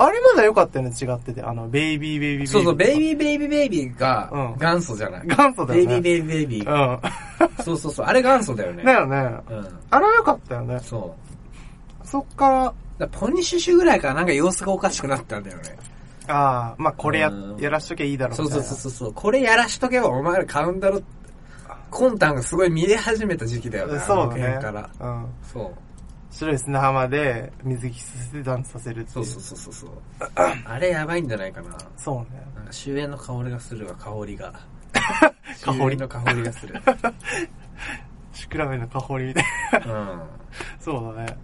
Speaker 1: あれまだ良かったよね、違ってて。あの、ベイビーベイビーベイビー。
Speaker 2: そうそう、ベイビーベイビーベイビーが
Speaker 1: うん
Speaker 2: 元祖じゃない。
Speaker 1: 元祖だよね。
Speaker 2: ベイビーベイビー ベイビー。そうそうそう、あれ元祖だよ
Speaker 1: う
Speaker 2: ね。
Speaker 1: ん。だよね。
Speaker 2: うん。
Speaker 1: あれは良かったよね。
Speaker 2: そう。
Speaker 1: そっから、
Speaker 2: だからポニーシュシュぐらいからなんか様子がおかしくなったんだよね。
Speaker 1: ああ、まあこれや
Speaker 2: うん、
Speaker 1: やらしときゃいいだろ
Speaker 2: そう
Speaker 1: みたい
Speaker 2: そう
Speaker 1: な。
Speaker 2: そうそうそう。これやらしとけばお前ら買うんだろ。魂胆がすごい見れ始めた時期だよね。あ
Speaker 1: そう
Speaker 2: の
Speaker 1: だ
Speaker 2: 辺
Speaker 1: ね。
Speaker 2: から。
Speaker 1: うん。
Speaker 2: そう。
Speaker 1: 白い砂浜で水着させてダンスさせるってい
Speaker 2: そうそうそうそう そう。あれやばいんじゃないかな。
Speaker 1: そうね。
Speaker 2: なんか終焉の香りがするわ、香りが。
Speaker 1: 香り
Speaker 2: 終焉の香り がする。
Speaker 1: シクラメンの香りみたいな。
Speaker 2: う
Speaker 1: そうだね。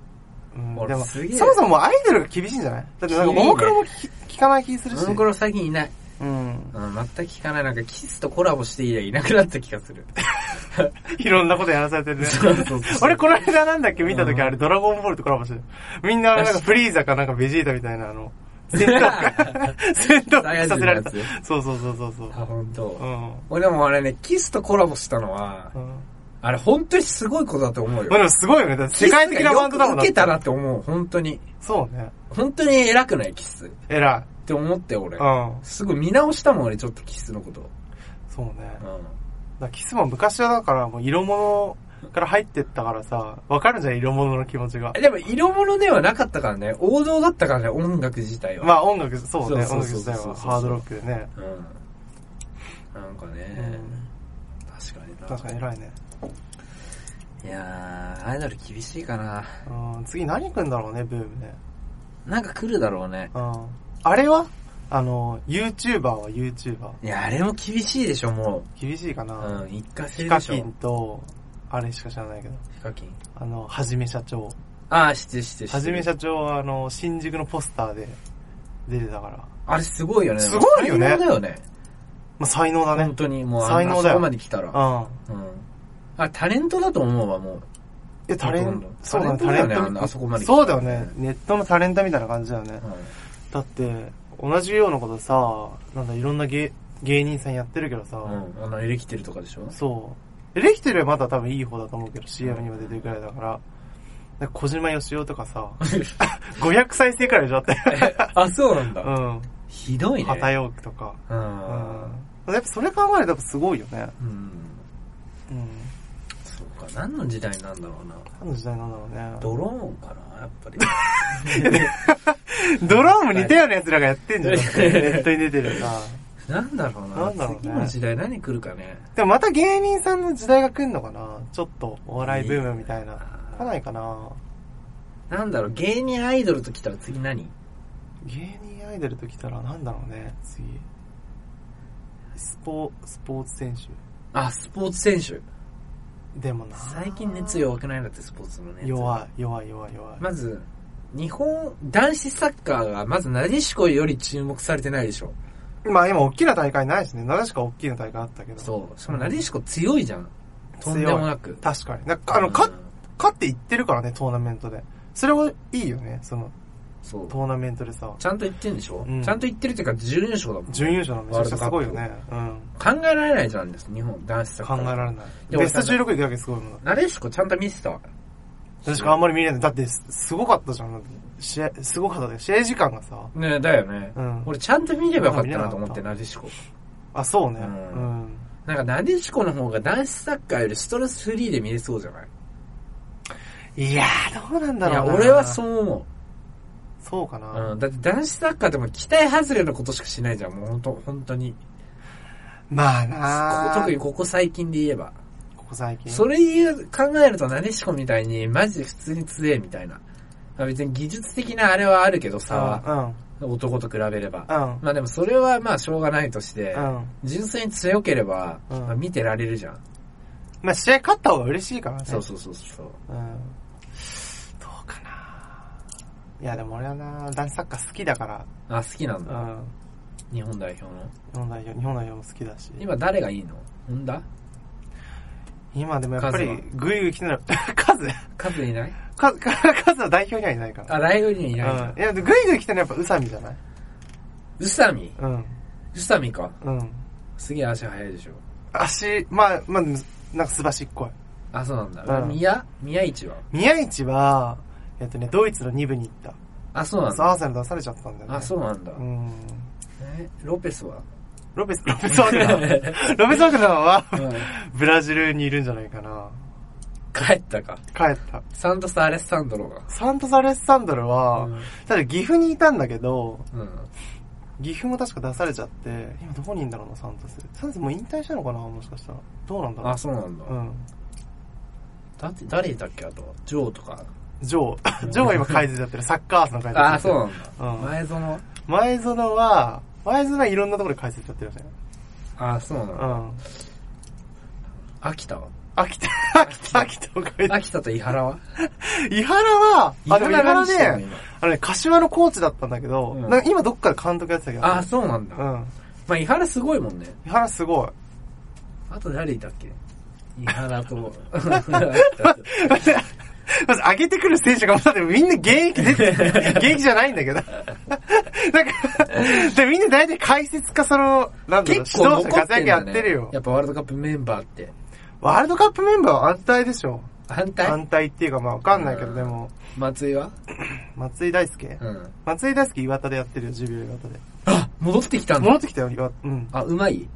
Speaker 1: うん、
Speaker 2: 俺
Speaker 1: でも、そ
Speaker 2: すげえ
Speaker 1: もそもアイドルが厳しいんじゃないだってなんか、ももクロもき聞かない気する
Speaker 2: ん。
Speaker 1: し。
Speaker 2: モンゴロ最近いない。
Speaker 1: うん。
Speaker 2: うん、全く聞かない。なんかキスとコラボして以来いなくなった気が する。
Speaker 1: いろんなことやらされてるね。
Speaker 2: そうそうそう
Speaker 1: 俺この間なんだっけ見た時
Speaker 2: うん
Speaker 1: あれドラゴンボールとコラボしてる。みんななんかフリーザかなんかベジータみたいなあ の、戦闘機、戦闘機させられた
Speaker 2: サイヤ人のや。
Speaker 1: そうそうそうそうそう。
Speaker 2: あ、本当
Speaker 1: う。ん。
Speaker 2: 俺でもあれね、キスとコラボしたのは
Speaker 1: う、ん。
Speaker 2: あれ本当にすごいことだと思う
Speaker 1: まあ
Speaker 2: よ。
Speaker 1: でもすごいよね。だって世界的なバンドだもん
Speaker 2: キスがよく受けた
Speaker 1: な。
Speaker 2: なって思う、本当に。
Speaker 1: そうね。
Speaker 2: 本当に偉くない、キス。
Speaker 1: 偉
Speaker 2: って思って俺。
Speaker 1: うん。
Speaker 2: すぐ見直したもん俺ちょっとキスのこと。
Speaker 1: そうね。だか
Speaker 2: う
Speaker 1: らキスも昔はだからもう色物から入ってったからさ、わかるじゃん、色物の気持ちが
Speaker 2: ん。。でも色物ではなかったからね、王道だったからね、音楽自体は。
Speaker 1: まあ音楽、そうね、
Speaker 2: そ
Speaker 1: 音
Speaker 2: う
Speaker 1: 楽
Speaker 2: そうそ
Speaker 1: 自
Speaker 2: う
Speaker 1: 体
Speaker 2: そうそう
Speaker 1: は
Speaker 2: そう
Speaker 1: ハードロックでね。
Speaker 2: うん。なんか
Speaker 1: う
Speaker 2: ね、
Speaker 1: ん。
Speaker 2: 確かにな。
Speaker 1: 確かに偉いね。
Speaker 2: いやー、アイドル厳しいかな。
Speaker 1: うん、次何来んだろうね、ブームね。
Speaker 2: なんか来るだろうね。
Speaker 1: うん。あれはあの、YouTuber は YouTuber。
Speaker 2: いや、あれも厳しいでしょ、も
Speaker 1: 厳しいか
Speaker 2: う。
Speaker 1: な。
Speaker 2: うん、一過性
Speaker 1: ヒ
Speaker 2: で
Speaker 1: カ
Speaker 2: しょ。
Speaker 1: キンと、あれしか知らないけど。
Speaker 2: ヒカキン。
Speaker 1: あの、はじめ社長。
Speaker 2: あー、してしてして。
Speaker 1: はじめ社長は、あの、新宿のポスターで出てたから。ま
Speaker 2: あれすごいよね。
Speaker 1: すごいよね
Speaker 2: 才能だよね。
Speaker 1: あ、才能だね
Speaker 2: 本。当に、もうあんな
Speaker 1: 才能だよ
Speaker 2: あそこまで来たら。
Speaker 1: うん。
Speaker 2: うん。あ、タレントだと思うわ、もう。
Speaker 1: え、タレ
Speaker 2: ほとん
Speaker 1: ン
Speaker 2: ど
Speaker 1: ト、そうだね、
Speaker 2: タ
Speaker 1: タ
Speaker 2: レ
Speaker 1: レ
Speaker 2: ントだよねあ
Speaker 1: ン
Speaker 2: の
Speaker 1: ト。
Speaker 2: あそこまで来た
Speaker 1: そうだよね。ネットのタレントみたいな感じだよね。
Speaker 2: う
Speaker 1: だって、同じようなことさ、なんだ、いろんな芸、芸人さんやってるけどさ、
Speaker 2: ん。うん。あの、エレキテルとかでしょ
Speaker 1: そう。レキテルはまだ多分いい方だと思うけど、CM にも出てるくらいだから。なんか小島よしおとか さ、500再生くらいでしょだって。
Speaker 2: あ、そうなん
Speaker 1: う
Speaker 2: だ。
Speaker 1: ん。
Speaker 2: ひどいね。
Speaker 1: 旗ヨークとか。
Speaker 2: う。
Speaker 1: うんん。やっぱそれ考えるとやっぱすごいよね。
Speaker 2: うん。
Speaker 1: うん。
Speaker 2: そうか、何の時代なんだろうな。
Speaker 1: 何の時代なんだろうね。
Speaker 2: ドローンかな、やっ ぱり。
Speaker 1: ドローンも似たようなやつらがやってん じゃん。ネットに出てるさ。
Speaker 2: なんだろうな。
Speaker 1: なんだろうね
Speaker 2: 次の時代何来るかね。
Speaker 1: でもまた芸人さんの時代が来んのかなちょっとお笑いブームみたいな。
Speaker 2: あー
Speaker 1: 来ないかな
Speaker 2: なんだろう、芸人アイドルと来たら次何
Speaker 1: 芸人アイドルと来たらなんだろうね次。スポ、スポーツ選手。
Speaker 2: あ、スポーツ選手。
Speaker 1: でもな
Speaker 2: 最近熱弱くないんだって、スポーツのね。
Speaker 1: 弱い、弱い、弱い、弱い。
Speaker 2: まず、日本、男子サッカーが、まず、なでしこより注目されてないでしょ。
Speaker 1: まあ今大きな大会ないしね。なでしか大きな大会あったけど。
Speaker 2: そう。しかも、なでしこ強いじゃん。とんでもなく。
Speaker 1: 確かに。なんかあの、か
Speaker 2: うん、
Speaker 1: 勝っていってるからね、トーナメントで。それはいいよね、その、
Speaker 2: そう。
Speaker 1: トーナメントでさ。
Speaker 2: ちゃんと言ってんでしょ、
Speaker 1: うん
Speaker 2: ちゃんと言ってるっていうか、準優勝だもん。
Speaker 1: 準優勝なんでめちゃくちゃすごいよね。うん。
Speaker 2: 考えられないじゃんです、日本、男子サッカ
Speaker 1: 考
Speaker 2: ー。
Speaker 1: えられない。
Speaker 2: で俺
Speaker 1: ベスト16行くだけすごいもんだ。
Speaker 2: なでしこちゃんと見せたわ。
Speaker 1: 確かあんまり見れない。だって、すすごかったじゃん。だって試合、すごかったで。試合時間がさ。
Speaker 2: ねだよね、
Speaker 1: うん
Speaker 2: 俺ちゃんと見ればよかったなと思って、
Speaker 1: 見れな
Speaker 2: なでしこ。
Speaker 1: あ、そうね。
Speaker 2: う
Speaker 1: うんん。
Speaker 2: なんか、なでしこの方が男子サッカーよりストレスフリーで見れそうじゃない
Speaker 1: いやー、どうなんだ
Speaker 2: いや、
Speaker 1: ろうな。
Speaker 2: 俺はそう思
Speaker 1: そうかな。
Speaker 2: う。うん。だって男子サッカーでも期待外れのことしかしないじゃん、もうほんと、本当に。
Speaker 1: まあ
Speaker 2: こ
Speaker 1: な
Speaker 2: こ特にここ最近で言えば。
Speaker 1: ここ最近。
Speaker 2: それ言う、考えるとなでしこみたいに、マジで普通に強えみたいな。まあ別に技術的なあれはあるけど
Speaker 1: うん
Speaker 2: さ、男と比べれば。
Speaker 1: うん。うん。
Speaker 2: まあでもそれはまあしょうがないとして、
Speaker 1: うん。
Speaker 2: 純粋に強ければ、
Speaker 1: うん
Speaker 2: まあ見てられるじゃん。
Speaker 1: まあ、試合勝った方が嬉しいからね。
Speaker 2: そうそうそうそう。
Speaker 1: うん。どうかな。いや、でも俺はな、男子サッカー好きだから、
Speaker 2: あ、好きなん
Speaker 1: う
Speaker 2: だ。
Speaker 1: ん。
Speaker 2: 日本代表の。
Speaker 1: 日本代表、日本代表も好きだし。
Speaker 2: 今誰がいいの本田
Speaker 1: 今でもやっぱ
Speaker 2: カ
Speaker 1: り
Speaker 2: ズ、
Speaker 1: グイグイ来てる。 カズ
Speaker 2: カズいない
Speaker 1: カズ、カズは代表にはいないから。
Speaker 2: あ、ライオにいないん
Speaker 1: うん
Speaker 2: だ。
Speaker 1: いや、でグイグイ来てるのはやっぱ宇佐美じゃない
Speaker 2: 宇佐美
Speaker 1: うん。
Speaker 2: 宇佐美か。
Speaker 1: うん。
Speaker 2: すげえ足速いでしょ。
Speaker 1: 足、まあ、まあ、なんかすばしっこい。
Speaker 2: あ、そうなんだ。
Speaker 1: うん
Speaker 2: 宮宮市は
Speaker 1: 宮市は、えっとね、ドイツの2部に行った。
Speaker 2: あ、そうなん
Speaker 1: そう、
Speaker 2: だ。
Speaker 1: アーセナル出されちゃったんだよね。
Speaker 2: あ、そうなんだ。
Speaker 1: うん。
Speaker 2: え、ロ ペスは
Speaker 1: ロペス、ロペスワグナ ー。ロペスワグナーは、
Speaker 2: うん
Speaker 1: ブラジルにいるんじゃないかな。
Speaker 2: 帰ったか。
Speaker 1: 帰った。
Speaker 2: サントス・アレッサンドロが。
Speaker 1: サントス・アレッサンドルは、
Speaker 2: うん
Speaker 1: ただ岐阜にいたんだけど、
Speaker 2: うん。
Speaker 1: 岐阜も確か出されちゃって、今どこにいるんだろうな、サントス。サントスもう引退したのかな、もしかしたら。どうなんだろ
Speaker 2: あ、そうなんだ
Speaker 1: う。う。ん。
Speaker 2: だって誰いたっけあと。ジョーとか。
Speaker 1: ジョー。 ジョーは今改善やってる。サッカーアースの改善。
Speaker 2: あ、そうなんだ。
Speaker 1: うん
Speaker 2: 前園。
Speaker 1: 前園は、前園はいろんなところで解説やってるよね。
Speaker 2: あ、そうなん
Speaker 1: う
Speaker 2: だ。
Speaker 1: ん。
Speaker 2: 秋田は
Speaker 1: 秋田、 秋田、秋田を解説。
Speaker 2: 秋田と伊原 は
Speaker 1: 伊原は、あ、でも伊
Speaker 2: 何
Speaker 1: 原
Speaker 2: してんの
Speaker 1: ね、
Speaker 2: 今
Speaker 1: あのね、柏のコーチだったんだけど、
Speaker 2: うん
Speaker 1: なんか今どっかで監督やってたけど。
Speaker 2: あ、そうなんだ。
Speaker 1: うん。
Speaker 2: まあ、伊原すごいもんね。
Speaker 1: 伊原すごい。
Speaker 2: あと誰いたっけ伊原 と。
Speaker 1: まず、まず上げてくる選手がまだでもみんな現役出 て、現役じゃないんだけど。なん か、でみんな大体解説かその、なんだろう、
Speaker 2: 結
Speaker 1: 指
Speaker 2: 構
Speaker 1: 導者
Speaker 2: 残っ
Speaker 1: 活
Speaker 2: てん
Speaker 1: 躍や
Speaker 2: だ
Speaker 1: っ
Speaker 2: ね
Speaker 1: てるよ
Speaker 2: や。っぱワールドカップメンバーって。
Speaker 1: ワールドカップメンバーは安泰でしょ。
Speaker 2: 反対
Speaker 1: 反対っていうかまあわかんないけど、
Speaker 2: うん
Speaker 1: でも、
Speaker 2: 松井は
Speaker 1: 松井大輔
Speaker 2: うん。
Speaker 1: 松井大輔岩田でやってるよ、ジビエ岩田で。
Speaker 2: あ、戻ってきたん
Speaker 1: 戻
Speaker 2: だ
Speaker 1: っ。てきたよ、岩田。うん。
Speaker 2: あ、うまい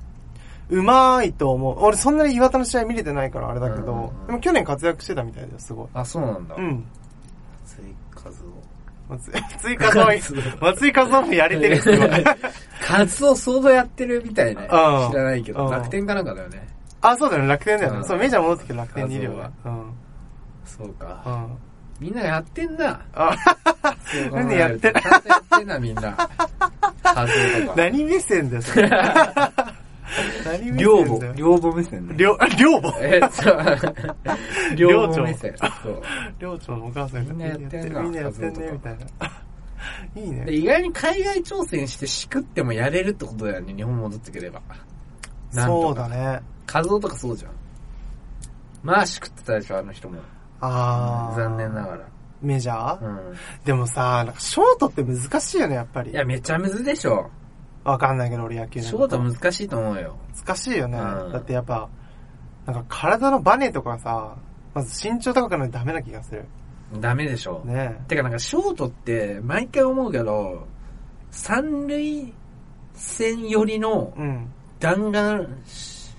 Speaker 2: う
Speaker 1: まいと思う。俺そんなに岩田の試合見れてないからあれだけ
Speaker 2: うんうん
Speaker 1: ど
Speaker 2: うん、
Speaker 1: でも去年活躍してたみたいだよ、すごい。
Speaker 2: あ、そうなんだ。
Speaker 1: うん。
Speaker 2: 松井和夫。
Speaker 1: 松井、松井和夫 も、松井和夫もやれてるよ、すごい
Speaker 2: カツオ相当やってるみたいね。知
Speaker 1: うん
Speaker 2: らないけど。
Speaker 1: うん
Speaker 2: 楽天かなんかだよね。
Speaker 1: あ、そうだよね、楽天だよ
Speaker 2: うん
Speaker 1: ね。そう、メジャー戻ってきて楽天にいるよね。うん。うん。
Speaker 2: そうか。
Speaker 1: あ、
Speaker 2: みんなやってんな。そう考
Speaker 1: なんで
Speaker 2: え
Speaker 1: や
Speaker 2: る
Speaker 1: っ
Speaker 2: と
Speaker 1: て
Speaker 2: ちゃんとやってんな、みんな。カツ オとか。
Speaker 1: 何目線だよ、そ れ。何目
Speaker 2: 両
Speaker 1: 線だ
Speaker 2: 母
Speaker 1: よ。。
Speaker 2: 両母目線ね。
Speaker 1: 両、あ両母
Speaker 2: えっと、両母目線。そう。
Speaker 1: 寮長のお母さんが
Speaker 2: みんなやってんな
Speaker 1: みんなやってんね、
Speaker 2: 家
Speaker 1: み
Speaker 2: 族と
Speaker 1: たいな。 いい
Speaker 2: で
Speaker 1: ね。
Speaker 2: 意外に海外挑戦してしくってもやれるってことだよね、日本戻ってくれば。なんとか
Speaker 1: そうだね。
Speaker 2: カズオとかそうじゃん。まあ、しくってたでしょ、あの人も。
Speaker 1: あー。
Speaker 2: 残念ながら。
Speaker 1: メジャー、
Speaker 2: う
Speaker 1: でもさ、なんかショートって難しいよね、やっぱ
Speaker 2: ん。
Speaker 1: り
Speaker 2: い。や、めちゃむずでしょ。
Speaker 1: わかんないけど、俺野球の
Speaker 2: ショー
Speaker 1: こと
Speaker 2: トは難しいと思うよ。
Speaker 1: 難しいよね。
Speaker 2: うん
Speaker 1: だってやっぱ、なんか体のバネとかさ、まず身長高くないとダメな気がする。
Speaker 2: ダメでしょ。
Speaker 1: ね
Speaker 2: てかなんか、ショートって、毎回思うけど、三塁線寄りの
Speaker 1: え。うん。
Speaker 2: 弾丸、し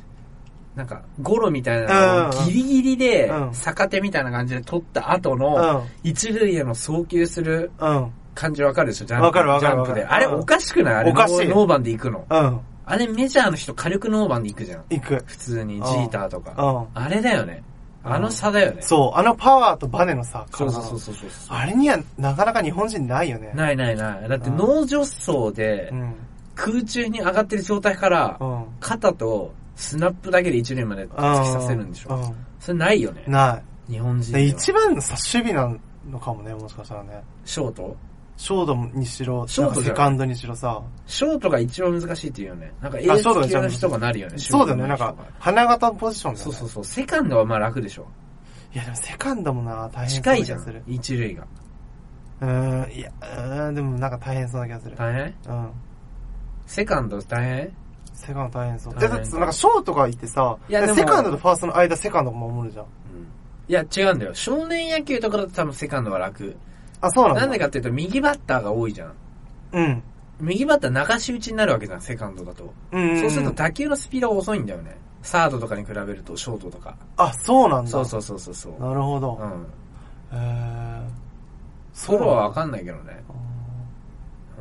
Speaker 2: なんか、ゴロみたいな
Speaker 1: う
Speaker 2: のを
Speaker 1: ん
Speaker 2: ギリギリで
Speaker 1: う、ん
Speaker 2: 逆手みたいな感じで取った後
Speaker 1: う
Speaker 2: の、
Speaker 1: ん。
Speaker 2: 一塁への送球する
Speaker 1: うん。
Speaker 2: 感じわかるでしょ、ジャンプ。
Speaker 1: わかるわかるわかる
Speaker 2: ジャンプで。あれ
Speaker 1: うん
Speaker 2: おかしくないあれ
Speaker 1: おかしい
Speaker 2: ノーバンで行くの。
Speaker 1: うん。
Speaker 2: あれメジャーの人火力ノーバンで行くじゃん。
Speaker 1: いく。
Speaker 2: 普通に
Speaker 1: う
Speaker 2: ジ
Speaker 1: ん
Speaker 2: ーターと
Speaker 1: う
Speaker 2: か。
Speaker 1: ん。
Speaker 2: あれだよね。あの差だよね。
Speaker 1: そう、あのパワーとバネのさ、
Speaker 2: そう
Speaker 1: 体
Speaker 2: そ
Speaker 1: の
Speaker 2: うそうそうそう。
Speaker 1: あれにはなかなか日本人ないよね。
Speaker 2: ないないない。だって
Speaker 1: うん
Speaker 2: 脳助走で
Speaker 1: うん。
Speaker 2: 空中に上がってる状態から
Speaker 1: う、ん。
Speaker 2: 肩とスナップだけで一塁まで突き刺せるんでしょ。
Speaker 1: う
Speaker 2: それないよね
Speaker 1: ん。。な
Speaker 2: 日本
Speaker 1: い。
Speaker 2: 人
Speaker 1: で、
Speaker 2: では。
Speaker 1: 一番のさ、守備なのかもね、もしかしたらね。
Speaker 2: ショート
Speaker 1: ショートにしろ、
Speaker 2: ショートじゃん
Speaker 1: セカンドにしろさ。
Speaker 2: ショートが一番難しいっていうよね。なんかエ
Speaker 1: あ
Speaker 2: ース
Speaker 1: ショートが一
Speaker 2: 級
Speaker 1: 番
Speaker 2: の
Speaker 1: 難しい
Speaker 2: 人がなるよね。
Speaker 1: そうだよね、
Speaker 2: シ
Speaker 1: なん
Speaker 2: ョートの
Speaker 1: か
Speaker 2: 人が、
Speaker 1: 花形のポジションだよ
Speaker 2: そ
Speaker 1: ね。
Speaker 2: うそうそう。セカンドはまあ楽でしょ。
Speaker 1: いや、でもセカンドもな、大変そう
Speaker 2: 近
Speaker 1: ない気
Speaker 2: じゃ
Speaker 1: がする
Speaker 2: ん。。一塁が。
Speaker 1: うーん、いや、うーん、でもなんか大変そうな気がする。
Speaker 2: 大変
Speaker 1: うん。
Speaker 2: セカンド大変
Speaker 1: セカンド大変そう。
Speaker 2: 大
Speaker 1: で、
Speaker 2: 変
Speaker 1: だってなんかショートがいてさ、
Speaker 2: いやでも
Speaker 1: セカンドとファーストの間、セカンドも守るじゃん。
Speaker 2: いや、違うんだよ。少年野球とかだと多分セカンドは楽。
Speaker 1: あ、そうなんだ。
Speaker 2: なんでかっていうと、右バッターが多いじゃん。
Speaker 1: うん。
Speaker 2: 右バッター流し打ちになるわけじゃん、セカンドだと。
Speaker 1: うんんん。
Speaker 2: そうすると打球のスピードが遅いんだよね。サードとかに比べると、ショートとか。
Speaker 1: あ、そうなんだ。
Speaker 2: そうそうそうそうそう。
Speaker 1: なるほ
Speaker 2: う
Speaker 1: ど。
Speaker 2: ん。
Speaker 1: へー。
Speaker 2: ソロはわかんないけどね。
Speaker 1: あ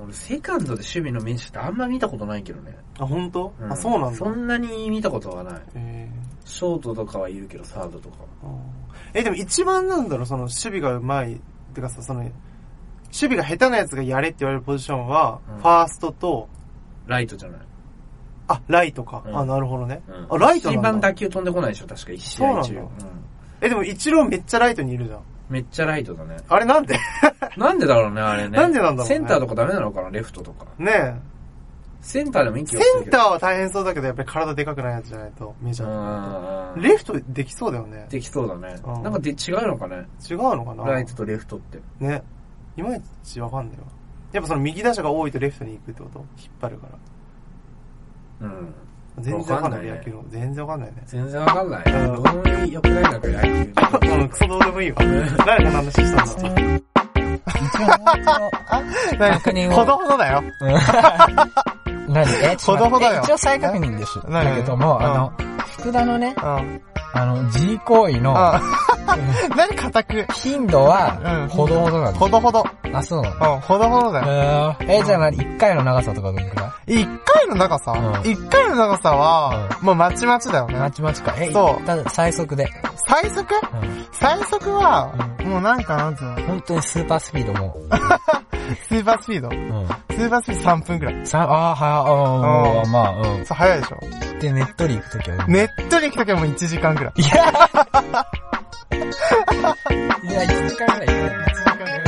Speaker 2: 俺、セカンドで守備の面してあんま見たことないけどね。
Speaker 1: ー、あ本当
Speaker 2: う？ん
Speaker 1: あ、そうなんだ
Speaker 2: そ。んなに見たことはない。
Speaker 1: え
Speaker 2: ショートとかはいるけど、サードとか
Speaker 1: ー
Speaker 2: は。
Speaker 1: あーえ、でも一番なんだろう、その、守備が上手い、ってかさ、その、守備が下手なやつがやれって言われるポジションは、
Speaker 2: うん
Speaker 1: ファーストと、
Speaker 2: ライトじゃない。
Speaker 1: あ、ライトか。
Speaker 2: うん
Speaker 1: あ、なるほどね。
Speaker 2: うん
Speaker 1: あ、ライト
Speaker 2: 一
Speaker 1: な
Speaker 2: 番
Speaker 1: んだ。
Speaker 2: 打球飛んでこないでしょ、確か。一試合
Speaker 1: そ
Speaker 2: 中。
Speaker 1: うなん
Speaker 2: うん
Speaker 1: え、でも一郎めっちゃライトにいるじゃん。
Speaker 2: めっちゃライトだね。
Speaker 1: あれなんで
Speaker 2: なんでだろうね、あれね。
Speaker 1: なんでなんだろうね
Speaker 2: センターとかダメなのかな、レフトとか。
Speaker 1: ね
Speaker 2: センターでも
Speaker 1: え。
Speaker 2: 息
Speaker 1: セ
Speaker 2: をする
Speaker 1: ン
Speaker 2: け
Speaker 1: タ
Speaker 2: ど。
Speaker 1: ーは大変そうだけど、やっぱり体でかくないやつじゃないと、メジャーだ
Speaker 2: う
Speaker 1: と。
Speaker 2: ん。
Speaker 1: レフトできそうだよね。
Speaker 2: できそうだね
Speaker 1: う。ん
Speaker 2: なんかで違うのかね。
Speaker 1: 違うのかな
Speaker 2: ライトとレフトって。
Speaker 1: ね。いまいちわかんないわ。やっぱその右打者が多いとレフトに行くってこと引っ張るから。
Speaker 2: うん。
Speaker 1: 全然わかんない、
Speaker 2: わかんないね。
Speaker 1: 野球の。全然わかんないね
Speaker 2: 全然わかんない。
Speaker 1: うん
Speaker 2: どうも良くないな、これ、野球。
Speaker 1: うん、クソどうでもいいわ。誰の話したんだ
Speaker 3: 一応もう一度、確認を
Speaker 1: ほどほどだよ。
Speaker 3: 何え、ちょっと待って
Speaker 1: ほどほどよ
Speaker 3: 一応再確認です。
Speaker 1: 何
Speaker 3: だけども、
Speaker 1: うん
Speaker 3: あの、福田のね、
Speaker 1: うん。
Speaker 3: あの、G 行為の
Speaker 1: うん。何固く。
Speaker 3: 頻度
Speaker 1: う
Speaker 3: は
Speaker 1: ん、
Speaker 3: ほどほどなんで
Speaker 1: ほどほど。
Speaker 3: す。あ、そうなの
Speaker 1: うん、ほどほどだよ。
Speaker 3: えーえ、じゃあ何一回の長さとかどんくら
Speaker 1: 一回の長さ
Speaker 3: うん
Speaker 1: 一回の長さは、もうまちまちだよ
Speaker 3: いま
Speaker 1: ね。
Speaker 3: ちまちか。え、
Speaker 1: そう
Speaker 3: ただ最速で。
Speaker 1: 最速
Speaker 3: うん。
Speaker 1: 最速は、もうなんかなんつうの、
Speaker 3: 本当にスーパースピードもう。
Speaker 1: スーパースピード。
Speaker 3: うん。
Speaker 1: スーパースピード3分くらい。
Speaker 3: さ、あーはー、うん、
Speaker 1: うん
Speaker 3: まあ、う
Speaker 1: そう、早いでしょ。
Speaker 3: ん。で、ねっとり行くときは。
Speaker 1: ネットに来たけもう1時間くらい。
Speaker 3: いや、いや、一回ぐらい行くよね。
Speaker 1: 1時間くらい。